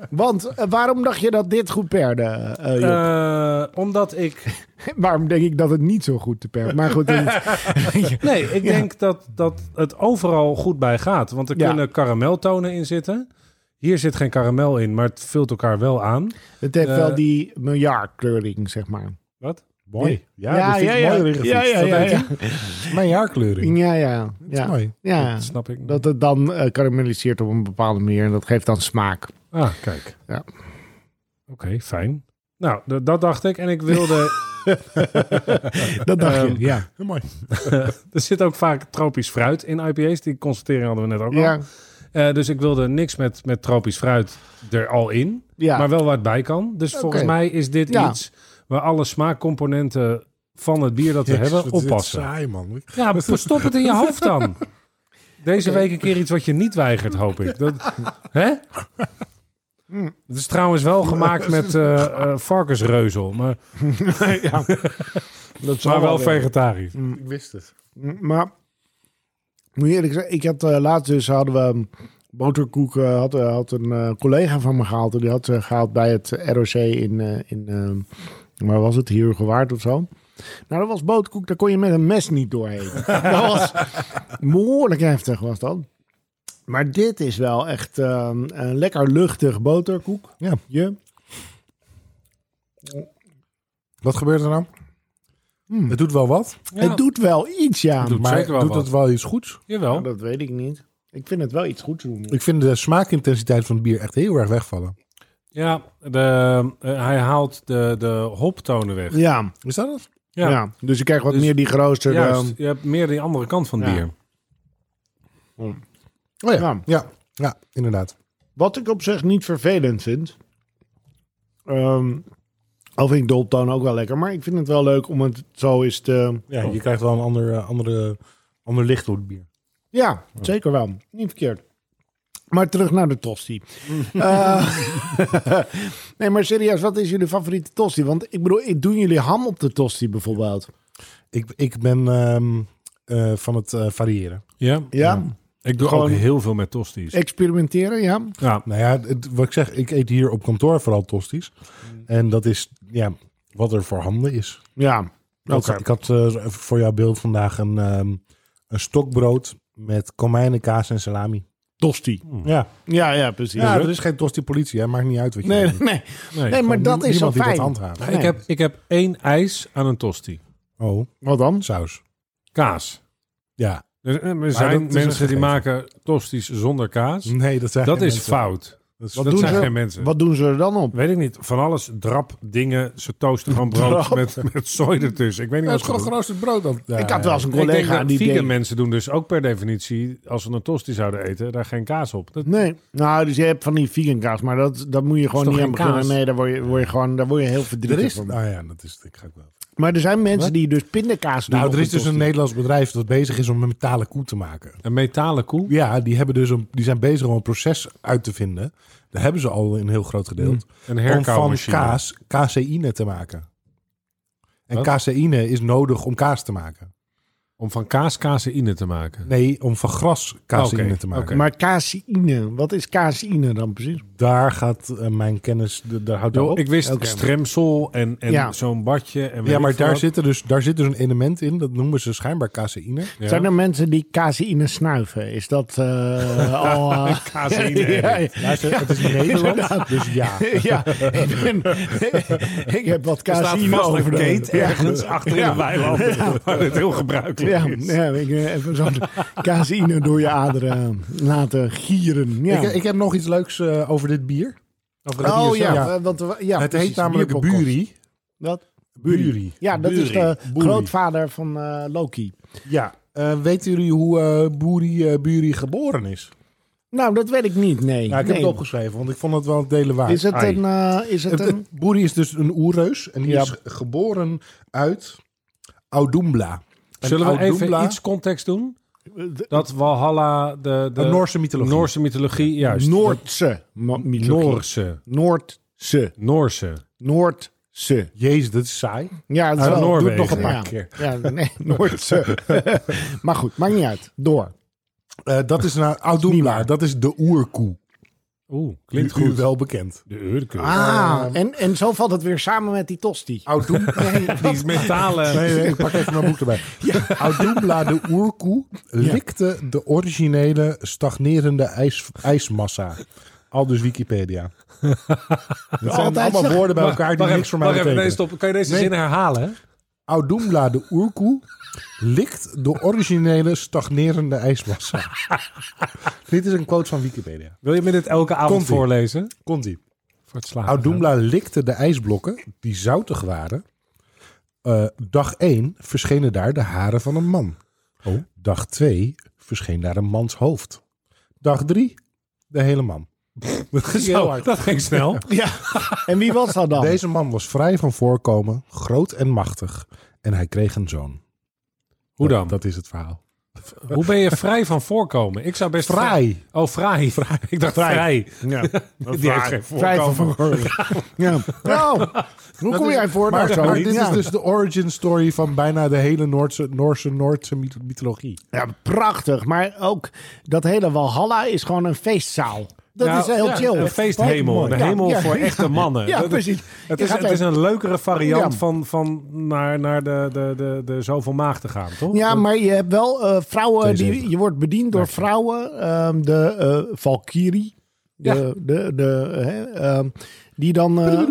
[SPEAKER 3] Want eh, waarom dacht je dat dit goed perde, eh, Job?
[SPEAKER 2] Eh, omdat ik
[SPEAKER 3] Waarom denk ik dat het niet zo goed te perde? Maar goed, het-
[SPEAKER 2] Nee, ik
[SPEAKER 3] Ja.
[SPEAKER 2] denk dat, dat het overal goed bij gaat. Want er
[SPEAKER 3] Ja.
[SPEAKER 2] kunnen karameltonen in zitten. Hier zit geen karamel in, maar het vult elkaar wel aan.
[SPEAKER 3] het heeft
[SPEAKER 2] Eh.
[SPEAKER 3] wel die miljardkleuring, zeg maar.
[SPEAKER 2] Wat?
[SPEAKER 1] Mooi. Ja, dat vind
[SPEAKER 3] ja,
[SPEAKER 1] ik
[SPEAKER 3] ja.
[SPEAKER 1] mooi erin gefietst.
[SPEAKER 3] Ja, ja,
[SPEAKER 1] Dat
[SPEAKER 3] ja,
[SPEAKER 1] heet
[SPEAKER 3] ja.
[SPEAKER 1] Mijn jaarkleuring.
[SPEAKER 3] Ja, ja,
[SPEAKER 1] Ja.
[SPEAKER 3] ja.
[SPEAKER 1] Mooi.
[SPEAKER 3] ja.
[SPEAKER 2] Dat snap ik. niet.
[SPEAKER 3] Dat het dan eh, karamelliseert op een bepaalde manier. En dat geeft dan smaak.
[SPEAKER 2] Ah, kijk.
[SPEAKER 3] Ja.
[SPEAKER 2] Oké, fijn. Nou, d- dat dacht ik. En ik wilde...
[SPEAKER 3] Dat dacht
[SPEAKER 2] Ehm,
[SPEAKER 3] je, ja.
[SPEAKER 1] Mooi.
[SPEAKER 2] er zit ook vaak tropisch fruit in IPA's. Die constatering hadden we net ook al.
[SPEAKER 3] Ja,
[SPEAKER 2] Eh, dus ik wilde niks met, met tropisch fruit er al in.
[SPEAKER 3] ja.
[SPEAKER 2] maar wel waar het bij kan. Dus volgens mij is dit
[SPEAKER 3] Ja.
[SPEAKER 2] iets waar alle smaakcomponenten van het bier dat we
[SPEAKER 1] Jezus,
[SPEAKER 2] hebben
[SPEAKER 1] wat is dit
[SPEAKER 2] oppassen.
[SPEAKER 1] saai, man.
[SPEAKER 2] Ja, stop het in je hoofd dan. Deze week een keer iets wat je niet weigert, hoop ik. Dat, hè?
[SPEAKER 3] Hmm.
[SPEAKER 2] Het is trouwens wel gemaakt met eh, eh, varkensreuzel, maar,
[SPEAKER 1] Dat zal
[SPEAKER 2] maar wel
[SPEAKER 1] weer. Hmm.
[SPEAKER 2] vegetarisch.
[SPEAKER 1] Ik wist het.
[SPEAKER 3] Maar moet je eerlijk zeggen, ik had eh, laatst dus hadden we ehm, boterkoek. eh, had, eh, had een eh, collega van me gehaald. Die had ze gehaald bij het ROC in. eh, in ehm, waar was het? Hier gewaard of zo. Nou, dat was boterkoek. Daar kon je met een mes niet doorheen. dat was behoorlijk heftig, was dat. Maar dit is wel echt ehm, een lekker luchtig boterkoek.
[SPEAKER 1] Ja.
[SPEAKER 3] Je?
[SPEAKER 1] Wat gebeurt er nou?
[SPEAKER 3] Hmm.
[SPEAKER 1] Het doet wel wat,
[SPEAKER 3] Het doet wel iets, ja.
[SPEAKER 2] Doet
[SPEAKER 1] maar
[SPEAKER 2] zeker wel
[SPEAKER 1] doet
[SPEAKER 2] wat.
[SPEAKER 1] het wel iets goeds?
[SPEAKER 2] Jawel.
[SPEAKER 3] Dat weet ik niet. Ik vind het wel iets goeds doen.
[SPEAKER 1] Ik vind de smaakintensiteit van het bier echt heel erg wegvallen.
[SPEAKER 2] Ja, de, eh, hij haalt de, de hoptonen weg.
[SPEAKER 3] Ja,
[SPEAKER 1] Is dat het?
[SPEAKER 2] Ja.
[SPEAKER 3] ja. dus je krijgt wat
[SPEAKER 2] Dus-
[SPEAKER 3] meer die geroosterde... ehm,
[SPEAKER 2] Juist, je hebt meer die andere kant van het
[SPEAKER 3] Ja.
[SPEAKER 2] bier.
[SPEAKER 1] Oh ja. Ja,
[SPEAKER 3] Ja.
[SPEAKER 1] ja. inderdaad.
[SPEAKER 3] Nou, Wat ik op zich niet vervelend vind. Ehm al vind ik de optoon ook wel lekker. Maar ik vind het wel leuk om het zo eens te...
[SPEAKER 1] Ja, je krijgt wel een ander, eh, andere, ander licht door het bier.
[SPEAKER 3] Ja, zeker wel. Niet verkeerd. Maar terug naar de tosti. Eh, nee, maar serieus, wat is jullie favoriete tosti? Want ik bedoel, ik- doen jullie ham op de tosti bijvoorbeeld?
[SPEAKER 1] Ik, ik ben ehm, eh, van het eh, variëren.
[SPEAKER 2] Ja.
[SPEAKER 3] Ja?
[SPEAKER 2] Ik doe
[SPEAKER 3] Gewoon-
[SPEAKER 2] ook heel veel met tosti's.
[SPEAKER 3] Experimenteren, ja?
[SPEAKER 2] Ja.
[SPEAKER 1] Nou ja, het- wat ik zeg, ik eet hier op kantoor vooral tosti's. En dat is ja, wat er voorhanden is.
[SPEAKER 3] Ja.
[SPEAKER 1] Ik had-
[SPEAKER 3] Oké.
[SPEAKER 1] Ik had eh, voor jouw beeld vandaag een, ehm, een stokbrood met komijnenkaas en salami.
[SPEAKER 3] Tosti.
[SPEAKER 2] Hmm.
[SPEAKER 1] Ja,
[SPEAKER 3] Ja, ja, precies.
[SPEAKER 1] ja er is geen tosti-politie. hè. Maakt niet uit wat je
[SPEAKER 3] nee,
[SPEAKER 1] eet.
[SPEAKER 3] nee,
[SPEAKER 2] Nee.
[SPEAKER 3] nee, maar
[SPEAKER 1] Gewoon
[SPEAKER 3] dat is zo
[SPEAKER 1] niemand die dat
[SPEAKER 3] fijn.
[SPEAKER 1] handhaaft.
[SPEAKER 2] Nou,
[SPEAKER 3] Nee.
[SPEAKER 2] Ik, heb, ik heb één ijs aan een tosti.
[SPEAKER 1] Oh,
[SPEAKER 3] Wat dan?
[SPEAKER 1] saus.
[SPEAKER 2] Kaas.
[SPEAKER 1] Ja.
[SPEAKER 2] Er, er
[SPEAKER 1] dat is
[SPEAKER 2] zijn
[SPEAKER 1] een
[SPEAKER 2] mensen die
[SPEAKER 1] gegeven.
[SPEAKER 2] maken tosties zonder kaas.
[SPEAKER 1] Nee, dat zijn
[SPEAKER 2] Dat
[SPEAKER 1] geen
[SPEAKER 2] is
[SPEAKER 1] mensen.
[SPEAKER 2] fout.
[SPEAKER 1] Dat is-
[SPEAKER 2] Dat
[SPEAKER 3] doen
[SPEAKER 2] zijn
[SPEAKER 3] ze?
[SPEAKER 2] geen mensen.
[SPEAKER 3] Wat doen ze er dan op?
[SPEAKER 2] Weet ik niet. Van alles. Drap, dingen. Ze toosten gewoon brood
[SPEAKER 1] Drap.
[SPEAKER 2] met, met zooi ertussen. Ik weet niet
[SPEAKER 1] Dat
[SPEAKER 2] wat
[SPEAKER 1] is
[SPEAKER 2] ze
[SPEAKER 1] gewoon
[SPEAKER 2] doen.
[SPEAKER 1] geroosterd brood. Dan. Ja,
[SPEAKER 3] Ik had wel eens een
[SPEAKER 2] Ik denk
[SPEAKER 3] collega
[SPEAKER 2] dat
[SPEAKER 3] die
[SPEAKER 2] vegan
[SPEAKER 3] deed...
[SPEAKER 2] mensen doen dus ook per definitie, als ze een tosti zouden eten, daar geen kaas op. Dat,
[SPEAKER 3] Nee, nou, dus je hebt van die vegan kaas, maar dat, dat moet je gewoon
[SPEAKER 2] toch
[SPEAKER 3] niet aan
[SPEAKER 2] geen
[SPEAKER 3] beginnen.
[SPEAKER 2] kaas?
[SPEAKER 3] Nee, daar word je, word je gewoon, daar word je heel
[SPEAKER 1] Er
[SPEAKER 3] verdrietig
[SPEAKER 1] is,
[SPEAKER 3] van.
[SPEAKER 1] nou ja, dat is, ik ga ik wel.
[SPEAKER 3] Maar er zijn mensen die dus pindakaas doen.
[SPEAKER 1] Nou,
[SPEAKER 3] op
[SPEAKER 1] er is dus een
[SPEAKER 3] tosti.
[SPEAKER 1] Nederlands bedrijf dat bezig is om een metalen koe te maken.
[SPEAKER 2] Een metalen koe.
[SPEAKER 1] Ja, die, hebben dus een, die zijn bezig om een proces uit te vinden. Daar hebben ze al een heel groot gedeelte. Om van
[SPEAKER 2] Een herkauwmachine.
[SPEAKER 1] kaas caseïne te maken. En
[SPEAKER 2] Wat?
[SPEAKER 1] caseïne is nodig om kaas te maken.
[SPEAKER 2] Om van kaas caseïne te maken.
[SPEAKER 1] Nee, om van gras caseïne
[SPEAKER 2] Oké,
[SPEAKER 1] te maken.
[SPEAKER 2] oké.
[SPEAKER 3] Maar caseïne, wat is caseïne dan precies?
[SPEAKER 1] Daar gaat eh, mijn kennis, de- daar houdt
[SPEAKER 2] Yo,
[SPEAKER 1] wel op.
[SPEAKER 2] ik wist
[SPEAKER 1] Elke-
[SPEAKER 2] stremsel en, en
[SPEAKER 3] Ja.
[SPEAKER 2] zo'n badje. En weet
[SPEAKER 1] Ja,
[SPEAKER 2] ik
[SPEAKER 1] maar
[SPEAKER 2] veel
[SPEAKER 1] daar
[SPEAKER 2] wat.
[SPEAKER 1] zit, er dus, daar zit dus een element in. Dat noemen ze schijnbaar caseïne.
[SPEAKER 2] Ja.
[SPEAKER 3] Zijn er mensen die caseïne snuiven? Is dat eh, al... eh,
[SPEAKER 2] Caseïne.
[SPEAKER 3] ja, ja.
[SPEAKER 1] Luister, het is Nederland,
[SPEAKER 3] inderdaad.
[SPEAKER 1] dus ja.
[SPEAKER 3] Ja, ik, ben, ik heb wat
[SPEAKER 2] Er staat
[SPEAKER 3] caseïne
[SPEAKER 2] vast
[SPEAKER 3] over. de-
[SPEAKER 2] een kate
[SPEAKER 3] Ja.
[SPEAKER 2] ergens achter in een weiland. Waar dit heel gebruikelijk
[SPEAKER 3] Ja,
[SPEAKER 2] is.
[SPEAKER 3] ja ik, eh, even zo'n caseïne door je aderen eh, laten gieren. Ja.
[SPEAKER 1] Ik, ik heb nog iets leuks eh, over dit bier. Over het
[SPEAKER 3] oh
[SPEAKER 1] bier
[SPEAKER 3] ja,
[SPEAKER 1] zelf.
[SPEAKER 3] eh, want, we- ja,
[SPEAKER 1] het
[SPEAKER 3] precies,
[SPEAKER 1] heet namelijk
[SPEAKER 3] bierpopcorn.
[SPEAKER 1] Buri.
[SPEAKER 3] Wat?
[SPEAKER 1] Buri.
[SPEAKER 3] Ja, dat is
[SPEAKER 2] Buri.
[SPEAKER 3] de
[SPEAKER 1] Buri.
[SPEAKER 3] grootvader van eh, Loki.
[SPEAKER 1] Ja. Eh, weten jullie hoe eh Buri, eh, Buri geboren is?
[SPEAKER 3] Nou, dat weet ik niet, nee.
[SPEAKER 1] Ja, ik heb
[SPEAKER 3] Nee.
[SPEAKER 1] het opgeschreven, want ik vond het wel het delen waard.
[SPEAKER 3] Is het
[SPEAKER 2] Ai.
[SPEAKER 3] een... eh, is het
[SPEAKER 1] Het-
[SPEAKER 3] een...
[SPEAKER 1] het- Buri is dus een oerreus en die
[SPEAKER 3] Ja.
[SPEAKER 1] is ge- geboren uit Audumbla. En
[SPEAKER 2] Zullen we even
[SPEAKER 1] Audumbla-
[SPEAKER 2] iets context doen? Dat Walhalla de, de
[SPEAKER 1] Een Noorse mythologie.
[SPEAKER 2] Noorse mythologie, juist.
[SPEAKER 3] Noordse mo- mythologie.
[SPEAKER 2] Noorse.
[SPEAKER 3] Noordse.
[SPEAKER 2] Noorse.
[SPEAKER 3] Noordse.
[SPEAKER 1] Jezus, dat is saai.
[SPEAKER 3] Ja, dat
[SPEAKER 2] Uit
[SPEAKER 3] is wel.
[SPEAKER 1] Noor-
[SPEAKER 2] Noorwegen.
[SPEAKER 1] nog een paar
[SPEAKER 3] ja.
[SPEAKER 1] keer.
[SPEAKER 3] Ja, nee, Noordse. maar goed, maakt niet uit. Door.
[SPEAKER 1] Eh, dat is naar
[SPEAKER 3] niet
[SPEAKER 1] Audumbla,
[SPEAKER 3] waar.
[SPEAKER 1] dat is de oerkoe.
[SPEAKER 2] Oeh,
[SPEAKER 1] Klinkt
[SPEAKER 2] klinkt goed.
[SPEAKER 1] wel bekend.
[SPEAKER 2] De Urke.
[SPEAKER 3] Ah, en, en zo valt het weer samen met die tosti.
[SPEAKER 1] Audumbla. nee,
[SPEAKER 2] Die is mentale...
[SPEAKER 1] nee, nee, ik pak even mijn boek erbij. Audumbla, de oerkoe, likte de originele stagnerende ijs, ijsmassa. Al dus Wikipedia. Dat zijn
[SPEAKER 3] Altijd
[SPEAKER 1] allemaal
[SPEAKER 3] zo-
[SPEAKER 1] woorden bij elkaar die
[SPEAKER 2] Wacht
[SPEAKER 1] niks
[SPEAKER 2] even,
[SPEAKER 1] voor mij
[SPEAKER 2] wacht even, nee,
[SPEAKER 1] betekenen.
[SPEAKER 2] stop. Kan je deze
[SPEAKER 1] Nee.
[SPEAKER 2] zin herhalen?
[SPEAKER 1] Audumbla de Oerkoe likt de originele stagnerende ijsmassa. Dit is een quote van Wikipedia.
[SPEAKER 2] Wil je me dit elke avond
[SPEAKER 1] Komt-ie.
[SPEAKER 2] voorlezen?
[SPEAKER 1] Komt-ie.
[SPEAKER 2] Voor het slapen.
[SPEAKER 1] Audumbla likte de ijsblokken, die zoutig waren. Eh, dag 1 verschenen daar de haren van een man.
[SPEAKER 2] Oh.
[SPEAKER 1] Dag 2 verscheen daar een mans hoofd. Dag 3 de hele man. Dat ging heel
[SPEAKER 2] Zo,
[SPEAKER 1] hard.
[SPEAKER 2] dat ging snel.
[SPEAKER 3] En wie was dat dan?
[SPEAKER 1] Deze man was vrij van voorkomen, groot en machtig. En hij kreeg een zoon.
[SPEAKER 2] Hoe
[SPEAKER 1] Dat-
[SPEAKER 2] dan?
[SPEAKER 1] Dat is het verhaal.
[SPEAKER 2] Hoe ben je vrij van voorkomen? Ik zou best...
[SPEAKER 1] Vrij.
[SPEAKER 2] Oh, vrij. Ik dacht
[SPEAKER 1] Vrij.
[SPEAKER 2] vrij.
[SPEAKER 1] Ja.
[SPEAKER 2] Die heeft geen
[SPEAKER 3] Vijf
[SPEAKER 2] voorkomen.
[SPEAKER 3] van ja. Nou, hoe kom jij voor?
[SPEAKER 1] Maar,
[SPEAKER 3] nou, zo?
[SPEAKER 1] maar dit
[SPEAKER 3] ja.
[SPEAKER 1] is dus de origin story van bijna de hele Noordse, Noorse, Noordse myth- mythologie.
[SPEAKER 3] ja, prachtig. Maar ook dat hele Walhalla is gewoon een feestzaal. Dat
[SPEAKER 2] Nou,
[SPEAKER 3] is heel
[SPEAKER 2] ja,
[SPEAKER 3] chill.
[SPEAKER 2] Een feesthemel.
[SPEAKER 3] Mooi.
[SPEAKER 2] Een
[SPEAKER 3] Ja,
[SPEAKER 2] hemel
[SPEAKER 3] ja,
[SPEAKER 2] voor
[SPEAKER 3] ja.
[SPEAKER 2] echte mannen.
[SPEAKER 3] Ja,
[SPEAKER 2] Dat-
[SPEAKER 3] precies.
[SPEAKER 2] Het
[SPEAKER 3] Je
[SPEAKER 2] is,
[SPEAKER 3] gaat
[SPEAKER 2] het is
[SPEAKER 3] even-
[SPEAKER 2] een leukere variant
[SPEAKER 3] Ja.
[SPEAKER 2] van, van naar, naar de, de, de, de zoveel maag te gaan, toch?
[SPEAKER 3] Ja, maar je hebt wel eh, vrouwen. Die,
[SPEAKER 1] 72.
[SPEAKER 3] je wordt bediend door vrouwen. ehm, de eh Valkyrie. De, de, de, hè, ehm, die dan. eh,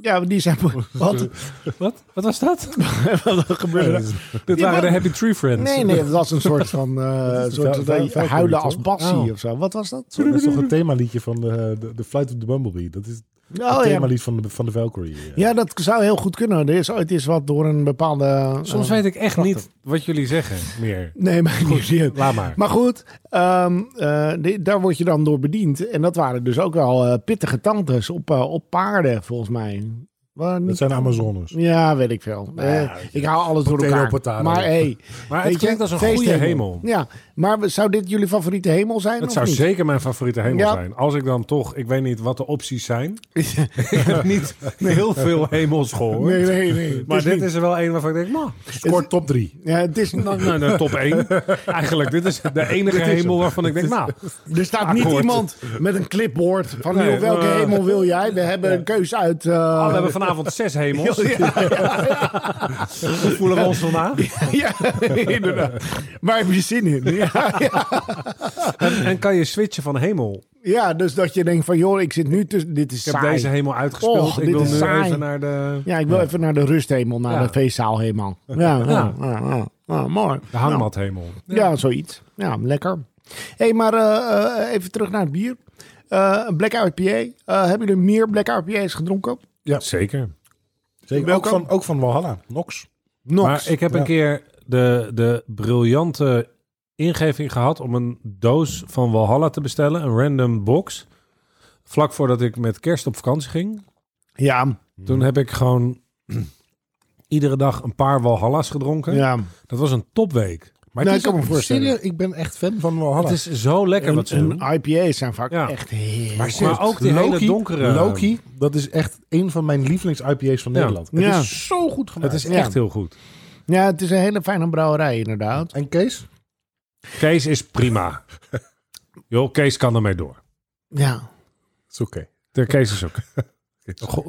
[SPEAKER 3] ja, die zijn. Wat?
[SPEAKER 2] Wat? Wat was dat?
[SPEAKER 3] Wat gebeurde er?
[SPEAKER 2] Dit
[SPEAKER 3] Ja,
[SPEAKER 2] waren de
[SPEAKER 3] maar-
[SPEAKER 2] Happy Tree Friends.
[SPEAKER 3] Nee, nee, dat was een soort van. eh, soort
[SPEAKER 1] vel- vel-
[SPEAKER 3] van huilen
[SPEAKER 1] velcro,
[SPEAKER 3] als
[SPEAKER 1] toch?
[SPEAKER 3] Bassie
[SPEAKER 1] Oh.
[SPEAKER 3] of zo. Wat was dat?
[SPEAKER 1] Dat is toch het themaliedje van de, de, de Flight of the Bumblebee? Dat is
[SPEAKER 3] Oh
[SPEAKER 1] het
[SPEAKER 3] ja.
[SPEAKER 1] themalied van de, van de Valkyrie. eh.
[SPEAKER 3] Ja, dat zou heel goed kunnen. Er is ooit eens wat door een bepaalde. eh,
[SPEAKER 2] Soms weet ik echt niet wat jullie zeggen meer.
[SPEAKER 3] Nee, maar niet serieus.
[SPEAKER 2] Laat maar.
[SPEAKER 3] Maar goed, ehm, eh, di- daar word je dan door bediend. En dat waren dus ook wel eh, pittige tantes op, eh, op paarden, volgens mij. Waren
[SPEAKER 1] Dat
[SPEAKER 3] niet-
[SPEAKER 1] zijn Amazones.
[SPEAKER 3] Ja, weet ik veel.
[SPEAKER 2] Nou
[SPEAKER 3] Eh,
[SPEAKER 1] ja,
[SPEAKER 3] ik haal alles door
[SPEAKER 1] potato,
[SPEAKER 3] elkaar.
[SPEAKER 1] potato.
[SPEAKER 3] Maar hey,
[SPEAKER 2] Maar
[SPEAKER 3] weet
[SPEAKER 2] het
[SPEAKER 3] je,
[SPEAKER 2] klinkt als een goede
[SPEAKER 3] feesthemel.
[SPEAKER 2] hemel.
[SPEAKER 3] Ja, maar we- zou dit jullie favoriete hemel zijn?
[SPEAKER 2] Het
[SPEAKER 3] of
[SPEAKER 2] zou
[SPEAKER 3] niet?
[SPEAKER 2] zeker mijn favoriete hemel
[SPEAKER 3] Ja.
[SPEAKER 2] zijn. Als ik dan toch, ik weet niet wat de opties zijn. ik heb niet heel veel hemels gehoord.
[SPEAKER 3] Nee, nee, nee. het
[SPEAKER 2] maar
[SPEAKER 3] is
[SPEAKER 2] dit
[SPEAKER 3] niet- Oh,
[SPEAKER 2] is er wel een waarvan ik denk, nou,
[SPEAKER 1] Score top 3.
[SPEAKER 3] Ja, het is,
[SPEAKER 2] nou, nou, nou, top 1. Eigenlijk, dit is de enige
[SPEAKER 1] is hem.
[SPEAKER 2] hemel waarvan ik denk, nou,
[SPEAKER 3] er staat niet
[SPEAKER 2] Akkoord.
[SPEAKER 3] iemand met een clipboard van
[SPEAKER 2] Nee,
[SPEAKER 3] joh, welke
[SPEAKER 2] eh,
[SPEAKER 3] hemel wil jij? We hebben een keus uit... eh,
[SPEAKER 2] oh, we hebben vanavond zes hemels.
[SPEAKER 3] Ja,
[SPEAKER 2] Hoe voelen we ons vandaag?
[SPEAKER 3] ja, inderdaad. Waar heb je zin in? Ja, ja.
[SPEAKER 2] En, en kan je switchen van hemel?
[SPEAKER 3] Ja, dus dat je denkt van, joh, ik zit nu tussen... Dit is
[SPEAKER 2] Ik heb
[SPEAKER 3] saai.
[SPEAKER 2] deze hemel uitgespeeld.
[SPEAKER 3] Och,
[SPEAKER 2] ik
[SPEAKER 3] dit
[SPEAKER 2] wil
[SPEAKER 3] is
[SPEAKER 2] nu
[SPEAKER 3] saai.
[SPEAKER 2] even naar de...
[SPEAKER 3] Ja, ik wil even naar de rusthemel, naar
[SPEAKER 2] Ja.
[SPEAKER 3] de feestzaal helemaal. Ja, ja.
[SPEAKER 2] Ja.
[SPEAKER 3] Ja, ja, ja, mooi. Nou,
[SPEAKER 2] De hangmathemel.
[SPEAKER 3] Ja, zoiets. Ja, lekker. Hé, hey, maar eh, eh, even terug naar het bier. Eh, Een Black IPA. Eh, hebben jullie meer Black IPA's gedronken?
[SPEAKER 2] Zeker.
[SPEAKER 1] Zeker. Ook
[SPEAKER 3] Welkom.
[SPEAKER 1] van, ook van Valhalla. Nox.
[SPEAKER 3] Nog.
[SPEAKER 2] Maar ik heb
[SPEAKER 1] Ja.
[SPEAKER 2] een keer de, de briljante ingeving gehad om een doos van Walhalla te bestellen. Een random box. Vlak voordat ik met kerst op vakantie ging.
[SPEAKER 3] Ja,
[SPEAKER 2] Toen heb ik gewoon iedere dag een paar Walhalla's gedronken.
[SPEAKER 3] ja.
[SPEAKER 2] Dat was een topweek.
[SPEAKER 1] Maar
[SPEAKER 3] Nee,
[SPEAKER 1] het
[SPEAKER 3] ik kan
[SPEAKER 1] ook-
[SPEAKER 3] me voorstellen.
[SPEAKER 1] serieus, ik ben echt fan van Valhalla.
[SPEAKER 2] Het is zo lekker wat ze
[SPEAKER 3] En,
[SPEAKER 2] doen.
[SPEAKER 3] en IPA's zijn vaak
[SPEAKER 2] Ja.
[SPEAKER 3] echt heel...
[SPEAKER 1] Maar serieus,
[SPEAKER 2] ook die hele donkere-
[SPEAKER 1] Loki, dat is echt een van mijn lievelings-IPA's van
[SPEAKER 2] Ja.
[SPEAKER 1] Nederland. Het
[SPEAKER 3] Ja.
[SPEAKER 1] is zo goed
[SPEAKER 2] Het
[SPEAKER 1] gemaakt.
[SPEAKER 2] is
[SPEAKER 3] Ja.
[SPEAKER 2] echt heel goed.
[SPEAKER 3] Ja, het is een hele fijne brouwerij inderdaad.
[SPEAKER 1] En Kees?
[SPEAKER 2] Kees is prima. Joh, Kees kan ermee door.
[SPEAKER 3] Ja.
[SPEAKER 1] Is oké.
[SPEAKER 2] De Kees is ook.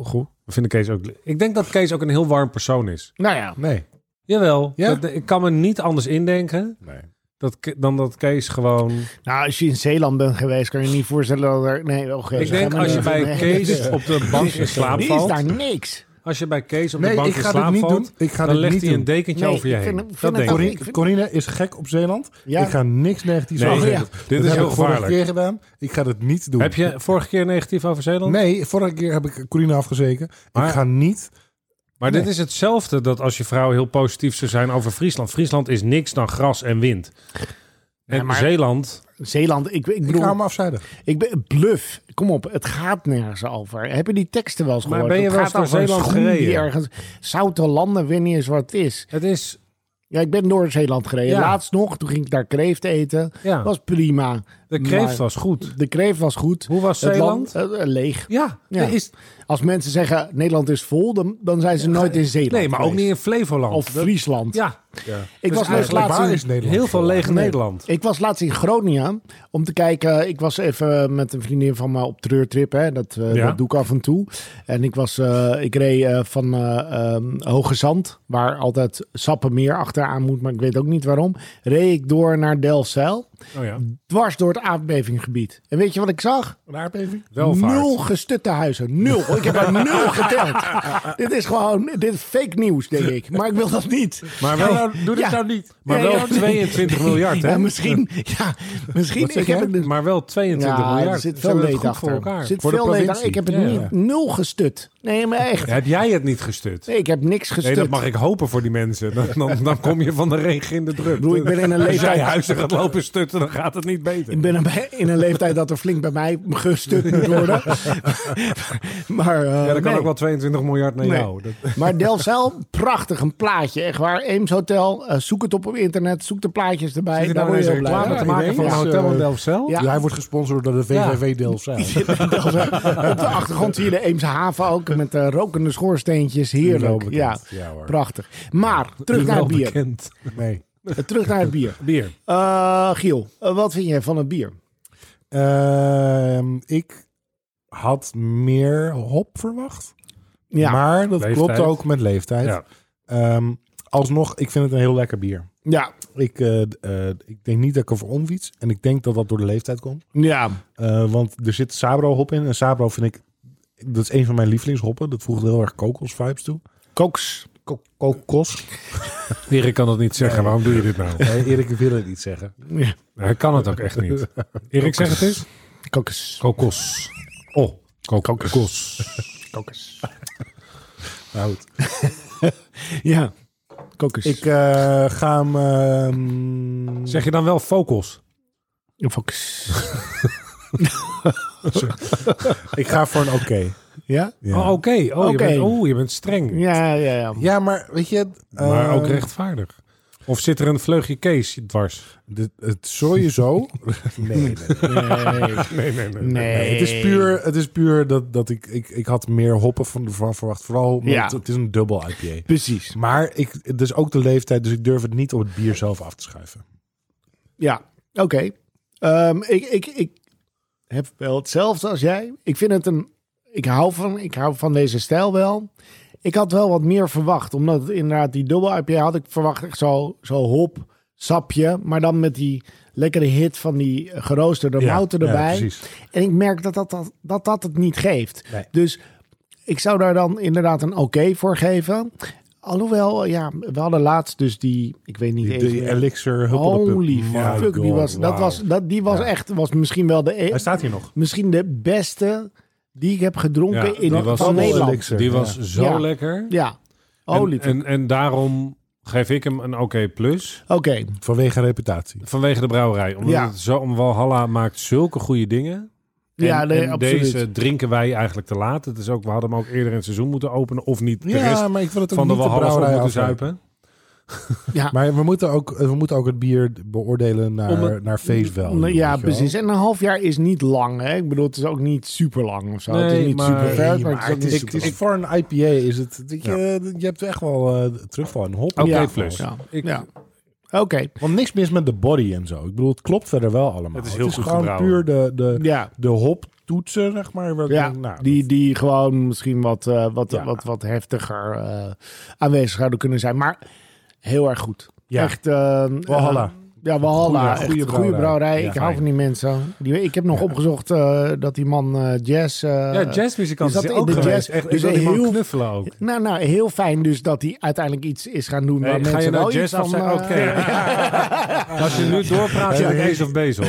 [SPEAKER 2] Goed. We vinden Kees ook. Ik denk dat Kees ook een heel warm persoon is.
[SPEAKER 3] Nou ja.
[SPEAKER 1] Nee.
[SPEAKER 2] Jawel.
[SPEAKER 1] Ja?
[SPEAKER 2] Dat- ik kan me niet anders indenken
[SPEAKER 1] nee.
[SPEAKER 2] dat, Ke- dan dat Kees gewoon.
[SPEAKER 3] Nou, als je in Zeeland bent geweest, kan je je niet voorstellen dat er... Nee, oh,
[SPEAKER 2] Ik denk als je bij Kees op de bank in slaap
[SPEAKER 3] Die is
[SPEAKER 2] valt.
[SPEAKER 3] daar niks.
[SPEAKER 2] Als je bij Kees op de
[SPEAKER 1] Nee,
[SPEAKER 2] bank
[SPEAKER 1] ik
[SPEAKER 2] in
[SPEAKER 1] ga dit
[SPEAKER 2] slaap
[SPEAKER 1] niet
[SPEAKER 2] valt.
[SPEAKER 1] doen. Ik ga
[SPEAKER 2] Dan
[SPEAKER 1] dit
[SPEAKER 2] legt
[SPEAKER 1] niet
[SPEAKER 2] hij een
[SPEAKER 1] doen.
[SPEAKER 2] dekentje
[SPEAKER 3] Nee,
[SPEAKER 2] over je
[SPEAKER 3] ik vind
[SPEAKER 2] heen.
[SPEAKER 3] het- ik
[SPEAKER 2] dat
[SPEAKER 3] vind het
[SPEAKER 2] denk ik.
[SPEAKER 3] ook-
[SPEAKER 1] Corine,
[SPEAKER 3] Ik vind-
[SPEAKER 1] Corine is gek op Zeeland.
[SPEAKER 3] Ja.
[SPEAKER 1] Ik ga niks negatiefs
[SPEAKER 2] Nee,
[SPEAKER 1] over
[SPEAKER 3] ja.
[SPEAKER 1] zeggen.
[SPEAKER 2] Dit
[SPEAKER 1] Dat
[SPEAKER 2] is
[SPEAKER 1] heb
[SPEAKER 2] heel
[SPEAKER 1] ik vorige
[SPEAKER 2] gevaarlijk.
[SPEAKER 1] keer gedaan. Ik ga dat niet doen.
[SPEAKER 2] Heb je vorige keer negatief over Zeeland?
[SPEAKER 1] Nee, vorige keer heb ik Corine afgezeken.
[SPEAKER 2] Maar-
[SPEAKER 1] ik ga niet.
[SPEAKER 2] Maar dit is hetzelfde dat als je vrouw heel positief zou zijn over Friesland. Friesland is niks dan gras en wind. En
[SPEAKER 3] maar-
[SPEAKER 2] Zeeland,
[SPEAKER 3] Zeeland, ik, ik
[SPEAKER 1] Ik
[SPEAKER 3] bedoel...
[SPEAKER 1] ga hem afzijden.
[SPEAKER 3] Ik ben bluff. Kom op, het gaat nergens over. Heb je die teksten wel eens
[SPEAKER 2] Maar
[SPEAKER 3] gehoord?
[SPEAKER 2] ben je
[SPEAKER 3] Het
[SPEAKER 2] wel eens
[SPEAKER 3] gaat
[SPEAKER 2] door
[SPEAKER 3] over een
[SPEAKER 2] Zeeland
[SPEAKER 3] schoen die
[SPEAKER 2] gereden?
[SPEAKER 3] Ergens, zoute landen, wanneer is wat het is.
[SPEAKER 2] het is...
[SPEAKER 3] Ja, ik ben door Zeeland gereden.
[SPEAKER 2] Ja.
[SPEAKER 3] Laatst nog, toen ging ik daar kreeft eten.
[SPEAKER 2] Ja,
[SPEAKER 3] Was prima.
[SPEAKER 2] de kreeft
[SPEAKER 3] maar-
[SPEAKER 2] was goed.
[SPEAKER 3] De kreeft was goed.
[SPEAKER 2] Hoe was
[SPEAKER 3] Het
[SPEAKER 2] Zeeland?
[SPEAKER 3] land eh, eh, leeg.
[SPEAKER 2] Ja,
[SPEAKER 3] Ja.
[SPEAKER 2] er Is,
[SPEAKER 3] Als mensen zeggen Nederland is vol, dan, dan zijn ze nooit in Zeeland.
[SPEAKER 2] nee, maar ook
[SPEAKER 3] geweest.
[SPEAKER 2] niet in Flevoland.
[SPEAKER 3] Of Friesland.
[SPEAKER 2] ja,
[SPEAKER 3] ik,
[SPEAKER 2] dus
[SPEAKER 3] was nog
[SPEAKER 2] eigenlijk
[SPEAKER 3] laatst
[SPEAKER 1] Waar
[SPEAKER 3] in,
[SPEAKER 1] is Nederland?
[SPEAKER 2] heel veel leeg
[SPEAKER 3] Nee.
[SPEAKER 2] Nederland.
[SPEAKER 3] ik was laatst in Groningen om te kijken. Ik was even met een vriendin van me op treurtrip. Hè. Dat, eh,
[SPEAKER 2] Ja.
[SPEAKER 3] dat doe ik af en toe. En ik, was, eh, ik reed eh, van eh, ehm, Hoge Zand, waar altijd Sappemeer achteraan moet. Maar ik weet ook niet waarom. Reed ik door naar Delfzijl.
[SPEAKER 2] Oh ja,
[SPEAKER 3] Dwars door het aardbevinggebied. En weet je wat ik zag?
[SPEAKER 1] Een aardbeving?
[SPEAKER 2] welvaart.
[SPEAKER 3] Nul gestutte huizen. Nul. Ik heb er nul geteld. dit is gewoon dit is fake nieuws, denk ik. Maar ik wil dat niet.
[SPEAKER 2] Maar wel,
[SPEAKER 3] dit
[SPEAKER 1] doe dit
[SPEAKER 3] Ja. nou
[SPEAKER 1] nou niet.
[SPEAKER 2] maar
[SPEAKER 3] Nee,
[SPEAKER 2] wel
[SPEAKER 3] ja, nee.
[SPEAKER 2] 22 miljard, hè?
[SPEAKER 3] Ja, misschien. Ja, misschien.
[SPEAKER 1] zeg
[SPEAKER 3] Ik heb
[SPEAKER 1] jij?
[SPEAKER 3] het, dus-
[SPEAKER 2] Maar wel 22
[SPEAKER 3] ja,
[SPEAKER 2] miljard.
[SPEAKER 3] er zit
[SPEAKER 2] Ze
[SPEAKER 3] veel
[SPEAKER 2] hebben het
[SPEAKER 3] leed
[SPEAKER 2] goed voor
[SPEAKER 3] achter.
[SPEAKER 2] elkaar.
[SPEAKER 3] Er zit
[SPEAKER 1] Voor de
[SPEAKER 3] veel leed achter. Ik
[SPEAKER 1] provincie.
[SPEAKER 3] heb het
[SPEAKER 2] Ja,
[SPEAKER 3] niet
[SPEAKER 2] ja.
[SPEAKER 3] nul gestut. Nee, maar echt.
[SPEAKER 2] Heb jij het niet gestut?
[SPEAKER 3] Nee, ik heb niks gestut.
[SPEAKER 2] Nee, dat mag ik hopen voor die mensen. Dan, dan, dan kom je van de regen in de druk.
[SPEAKER 3] bedoel, ik ben in een
[SPEAKER 2] Als jij
[SPEAKER 3] leeftijd-
[SPEAKER 2] huizen gaat lopen stutten, dan gaat het niet beter.
[SPEAKER 3] Ik ben erbij- in een leeftijd dat er flink bij mij gestut moet worden. maar, eh,
[SPEAKER 2] Ja, dan kan
[SPEAKER 3] nee.
[SPEAKER 2] ook wel 22 miljard naar
[SPEAKER 3] Nee.
[SPEAKER 2] jou. Dat,
[SPEAKER 3] Maar Delcel, prachtig, een plaatje. Echt waar, Eems Hotel. eh, zoek het op op internet, zoek de plaatjes erbij.
[SPEAKER 2] zit je
[SPEAKER 3] Daar
[SPEAKER 2] nou
[SPEAKER 3] word je
[SPEAKER 2] ineens
[SPEAKER 3] heel blij
[SPEAKER 2] reclame
[SPEAKER 3] mee.
[SPEAKER 2] te
[SPEAKER 1] Ja,
[SPEAKER 2] maken
[SPEAKER 1] ineens,
[SPEAKER 2] voor een hotel
[SPEAKER 1] eh,
[SPEAKER 2] in Delfzijl?
[SPEAKER 3] Ja.
[SPEAKER 1] Ja. hij wordt gesponsord door de VVV Delfzijl.
[SPEAKER 3] Op de achtergrond zie je de Eemse haven ook met eh, rokende schoorsteentjes.
[SPEAKER 1] Wel
[SPEAKER 3] Heerlijk,
[SPEAKER 1] bekend.
[SPEAKER 3] ja.
[SPEAKER 1] Ja, hoor.
[SPEAKER 3] Prachtig. Maar, terug naar het bier.
[SPEAKER 2] Bekend.
[SPEAKER 1] Nee.
[SPEAKER 3] Eh, Terug naar het bier.
[SPEAKER 2] Bier.
[SPEAKER 3] Eh, Giel, eh, wat vind jij van het bier?
[SPEAKER 1] Ehm, ik had meer hop verwacht.
[SPEAKER 3] Ja,
[SPEAKER 1] Maar dat
[SPEAKER 2] Leeftijd.
[SPEAKER 1] klopt ook met leeftijd.
[SPEAKER 2] Ja.
[SPEAKER 1] Ehm, alsnog, ik vind het een heel lekker bier.
[SPEAKER 3] ja,
[SPEAKER 1] Ik, eh, d- eh, ik denk niet dat ik over omfiets. En ik denk dat dat door de leeftijd komt.
[SPEAKER 3] ja.
[SPEAKER 1] Eh, want er zit Sabro hop in. En Sabro vind ik... Dat is een van mijn lievelingshoppen. Dat voegt heel erg kokos vibes toe.
[SPEAKER 3] Koks.
[SPEAKER 1] Kokos?
[SPEAKER 2] Erik kan dat niet zeggen. Waarom doe je dit nou?
[SPEAKER 1] Nee, Erik wil het niet zeggen.
[SPEAKER 3] Ja.
[SPEAKER 2] Hij kan het ook echt niet. Erik, zeg het eens.
[SPEAKER 3] Kokos.
[SPEAKER 2] Kokos. Oh, kokos.
[SPEAKER 3] Kokos.
[SPEAKER 1] Maar Nou, goed.
[SPEAKER 3] Ja, kokos.
[SPEAKER 1] Ik eh, ga hem... ehm,
[SPEAKER 2] Zeg je dan wel focus?
[SPEAKER 3] Focus.
[SPEAKER 1] Ik ga voor een oké.
[SPEAKER 3] Ja?
[SPEAKER 1] Ja.
[SPEAKER 2] Oh, oké. Oh,
[SPEAKER 3] Oké.
[SPEAKER 2] Je bent, oh, je bent streng.
[SPEAKER 3] Ja, ja, ja.
[SPEAKER 1] ja, maar weet je... eh,
[SPEAKER 2] Maar ook rechtvaardig. Of zit er een vleugje Kees dwars?
[SPEAKER 1] dit- het sowieso... nee, nee, nee.
[SPEAKER 3] Nee.
[SPEAKER 2] Nee, nee, nee.
[SPEAKER 1] Nee, het is puur, het is puur dat, dat ik, ik... Ik had meer hoppen van, van verwacht. Vooral omdat
[SPEAKER 3] Ja.
[SPEAKER 1] het is een dubbel IPA.
[SPEAKER 3] Precies.
[SPEAKER 1] Maar ik, het is ook de leeftijd, dus ik durf het niet op het bier zelf af te schuiven.
[SPEAKER 3] Ja, oké. Ehm, ik, ik, ik heb wel hetzelfde als jij. Ik vind het een. Ik hou van, ik hou van deze stijl wel. Ik had wel wat meer verwacht, omdat het inderdaad die dubbel IPA had ik verwacht echt zo, zo hop, sapje, maar dan met die lekkere hit van die geroosterde mouten erbij.
[SPEAKER 1] precies.
[SPEAKER 3] en ik merk dat dat, dat, dat, dat het niet geeft.
[SPEAKER 1] Nee.
[SPEAKER 3] Dus ik zou daar dan inderdaad een oké voor geven. Alhoewel, ja, we hadden laatst dus die, ik weet niet
[SPEAKER 1] Die,
[SPEAKER 3] eens
[SPEAKER 1] die
[SPEAKER 3] meer.
[SPEAKER 1] elixir... huppelepup.
[SPEAKER 3] Holy
[SPEAKER 1] My
[SPEAKER 3] fuck, die
[SPEAKER 1] God,
[SPEAKER 3] was, dat
[SPEAKER 1] wauw.
[SPEAKER 3] was, dat, die was echt, was misschien wel de,
[SPEAKER 1] Hij
[SPEAKER 3] e-
[SPEAKER 1] staat hier nog.
[SPEAKER 3] misschien de beste die ik heb gedronken
[SPEAKER 2] Ja,
[SPEAKER 3] in
[SPEAKER 2] die was
[SPEAKER 3] van
[SPEAKER 2] allemaal
[SPEAKER 3] Nederland.
[SPEAKER 1] elixir.
[SPEAKER 2] Die was zo
[SPEAKER 3] Ja.
[SPEAKER 2] lekker.
[SPEAKER 3] Ja,
[SPEAKER 2] En,
[SPEAKER 3] holy fuck.
[SPEAKER 2] en, en daarom geef ik hem een oké plus.
[SPEAKER 3] Oké,
[SPEAKER 1] Vanwege reputatie.
[SPEAKER 2] Vanwege de brouwerij. Omdat
[SPEAKER 3] Ja.
[SPEAKER 2] het zo, om Walhalla maakt zulke goede dingen. En,
[SPEAKER 3] ja, nee,
[SPEAKER 2] en
[SPEAKER 3] absoluut.
[SPEAKER 2] deze drinken wij eigenlijk te laat. Het is ook, we hadden hem ook eerder in het seizoen moeten openen. Of niet de rest
[SPEAKER 1] maar ik wil het
[SPEAKER 2] van de
[SPEAKER 1] niet
[SPEAKER 2] Walhalla's op
[SPEAKER 1] brouwerij
[SPEAKER 2] moeten
[SPEAKER 1] afwijken.
[SPEAKER 2] zuipen.
[SPEAKER 3] Ja.
[SPEAKER 1] Maar we moeten, ook, we moeten ook het bier beoordelen naar,
[SPEAKER 3] Om het-
[SPEAKER 1] naar face value.
[SPEAKER 3] Nou,
[SPEAKER 1] weet je
[SPEAKER 3] ja,
[SPEAKER 1] wel.
[SPEAKER 3] precies. En een half jaar is niet lang. Hè? Ik bedoel, het is ook niet super lang of zo. het
[SPEAKER 2] Nee,
[SPEAKER 3] is niet
[SPEAKER 2] maar-
[SPEAKER 3] super ver,
[SPEAKER 1] Nee,
[SPEAKER 3] maar
[SPEAKER 1] maar
[SPEAKER 3] het is ook
[SPEAKER 1] het
[SPEAKER 3] niet
[SPEAKER 1] is-
[SPEAKER 3] super
[SPEAKER 1] het is
[SPEAKER 3] lang.
[SPEAKER 1] voor een IPA is het. dat Je, je hebt echt wel eh, terugval en hop.
[SPEAKER 2] Oké,
[SPEAKER 3] Ja.
[SPEAKER 2] plus.
[SPEAKER 3] Ja.
[SPEAKER 2] Ik-
[SPEAKER 3] Ja. Oké,
[SPEAKER 1] Want niks mis met de body en zo. Ik bedoel, het klopt verder wel allemaal.
[SPEAKER 2] Het is heel goed
[SPEAKER 1] gewoon
[SPEAKER 2] gebrouwen.
[SPEAKER 1] puur de, de,
[SPEAKER 3] ja.
[SPEAKER 1] de hop toetsen, zeg maar. waar ik
[SPEAKER 3] Ja,
[SPEAKER 1] denk, nou,
[SPEAKER 3] die, die gewoon misschien wat, eh, wat,
[SPEAKER 1] Ja.
[SPEAKER 3] wat, wat heftiger eh, aanwezig zouden kunnen zijn. Maar heel erg goed.
[SPEAKER 1] Ja.
[SPEAKER 3] Echt, eh,
[SPEAKER 1] Walhalla.
[SPEAKER 3] eh, ja, Walhalla.
[SPEAKER 1] Goeie-
[SPEAKER 3] Echt
[SPEAKER 1] goeie
[SPEAKER 3] een goede
[SPEAKER 1] brouwerij.
[SPEAKER 3] brouwerij.
[SPEAKER 1] Ja,
[SPEAKER 3] ik hou
[SPEAKER 1] fijn.
[SPEAKER 3] van die mensen. Die, ik heb nog opgezocht eh, dat die man eh, jazz... eh,
[SPEAKER 2] Ja, jazzmuzikant
[SPEAKER 3] Is
[SPEAKER 2] is
[SPEAKER 3] dat
[SPEAKER 2] ook
[SPEAKER 3] in de
[SPEAKER 2] geweest.
[SPEAKER 3] jazz-
[SPEAKER 2] Echt,
[SPEAKER 3] dus
[SPEAKER 2] ik wil die man
[SPEAKER 3] heel-
[SPEAKER 2] knuffelen ook.
[SPEAKER 3] nou, nou, heel fijn dus dat hij uiteindelijk iets is gaan doen.
[SPEAKER 2] Nee,
[SPEAKER 3] waar
[SPEAKER 2] ga je
[SPEAKER 3] mensen
[SPEAKER 2] nou
[SPEAKER 3] wel iets
[SPEAKER 2] jazz
[SPEAKER 3] van,
[SPEAKER 2] afzeggen?
[SPEAKER 3] eh,
[SPEAKER 2] Oké. Als je nu doorpraat, ja, ik Ace of Bezel.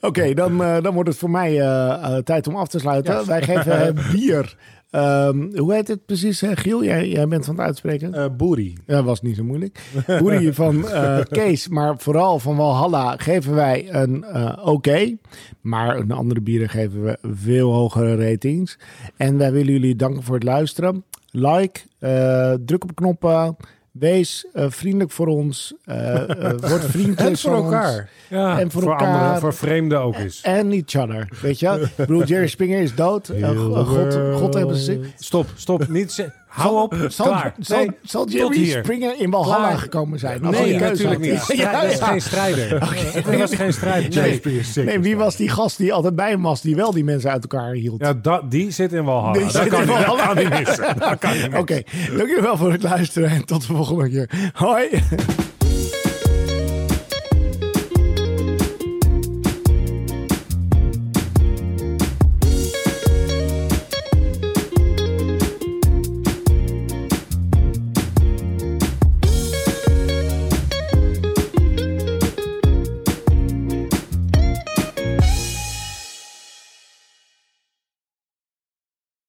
[SPEAKER 3] Oké, dan, eh, dan wordt het voor mij eh, eh, tijd om af te sluiten. Wij geven eh, bier. Ehm, hoe heet het precies, eh, Giel? Jij, jij bent van het uitspreken.
[SPEAKER 1] eh, Boeri.
[SPEAKER 3] Dat was niet zo moeilijk. Hoerie van eh, Kees, maar vooral van Walhalla geven wij een eh, oké. Maar een andere bieren geven we veel hogere ratings. En wij willen jullie danken voor het luisteren. Like, eh, druk op knoppen. Wees eh, vriendelijk voor ons. eh, eh, word vriendjes
[SPEAKER 1] En voor
[SPEAKER 3] van ons.
[SPEAKER 1] elkaar.
[SPEAKER 2] Ja,
[SPEAKER 3] En
[SPEAKER 2] voor,
[SPEAKER 3] voor
[SPEAKER 2] voor
[SPEAKER 3] elkaar-
[SPEAKER 2] anderen, voor vreemden ook eens.
[SPEAKER 3] En each other, weet je. Ik bedoel, Jerry Springer is dood. Eh,
[SPEAKER 1] Heel
[SPEAKER 3] God,
[SPEAKER 1] world.
[SPEAKER 3] God hebben ze...
[SPEAKER 2] Stop, stop. Niet ze- Hou op,
[SPEAKER 3] Zal,
[SPEAKER 2] klaar.
[SPEAKER 3] zal,
[SPEAKER 2] Nee,
[SPEAKER 3] zal
[SPEAKER 2] tot
[SPEAKER 3] Jerry
[SPEAKER 2] hier.
[SPEAKER 3] Springer in Walhalla
[SPEAKER 2] Klaar.
[SPEAKER 3] gekomen zijn? Als hij
[SPEAKER 2] Nee,
[SPEAKER 3] een keuze
[SPEAKER 2] natuurlijk
[SPEAKER 3] had.
[SPEAKER 2] niet.
[SPEAKER 3] Ja,
[SPEAKER 2] Strij- Dat is
[SPEAKER 3] ja.
[SPEAKER 2] geen strijder. Dat was geen strijder.
[SPEAKER 3] Nee.
[SPEAKER 2] Nee.
[SPEAKER 1] Shakespeare is sick.
[SPEAKER 3] Nee, wie was die gast die altijd bij hem was, die wel die mensen uit elkaar hield?
[SPEAKER 2] Ja, dat, die zit in Walhalla.
[SPEAKER 3] Die
[SPEAKER 2] Dat
[SPEAKER 3] zit
[SPEAKER 2] kan
[SPEAKER 3] in
[SPEAKER 2] niet- dat
[SPEAKER 3] Walhalla.
[SPEAKER 2] kan niet missen. Dat kan niet missen.
[SPEAKER 3] Oké, dankjewel voor het luisteren en tot de volgende keer. Hoi!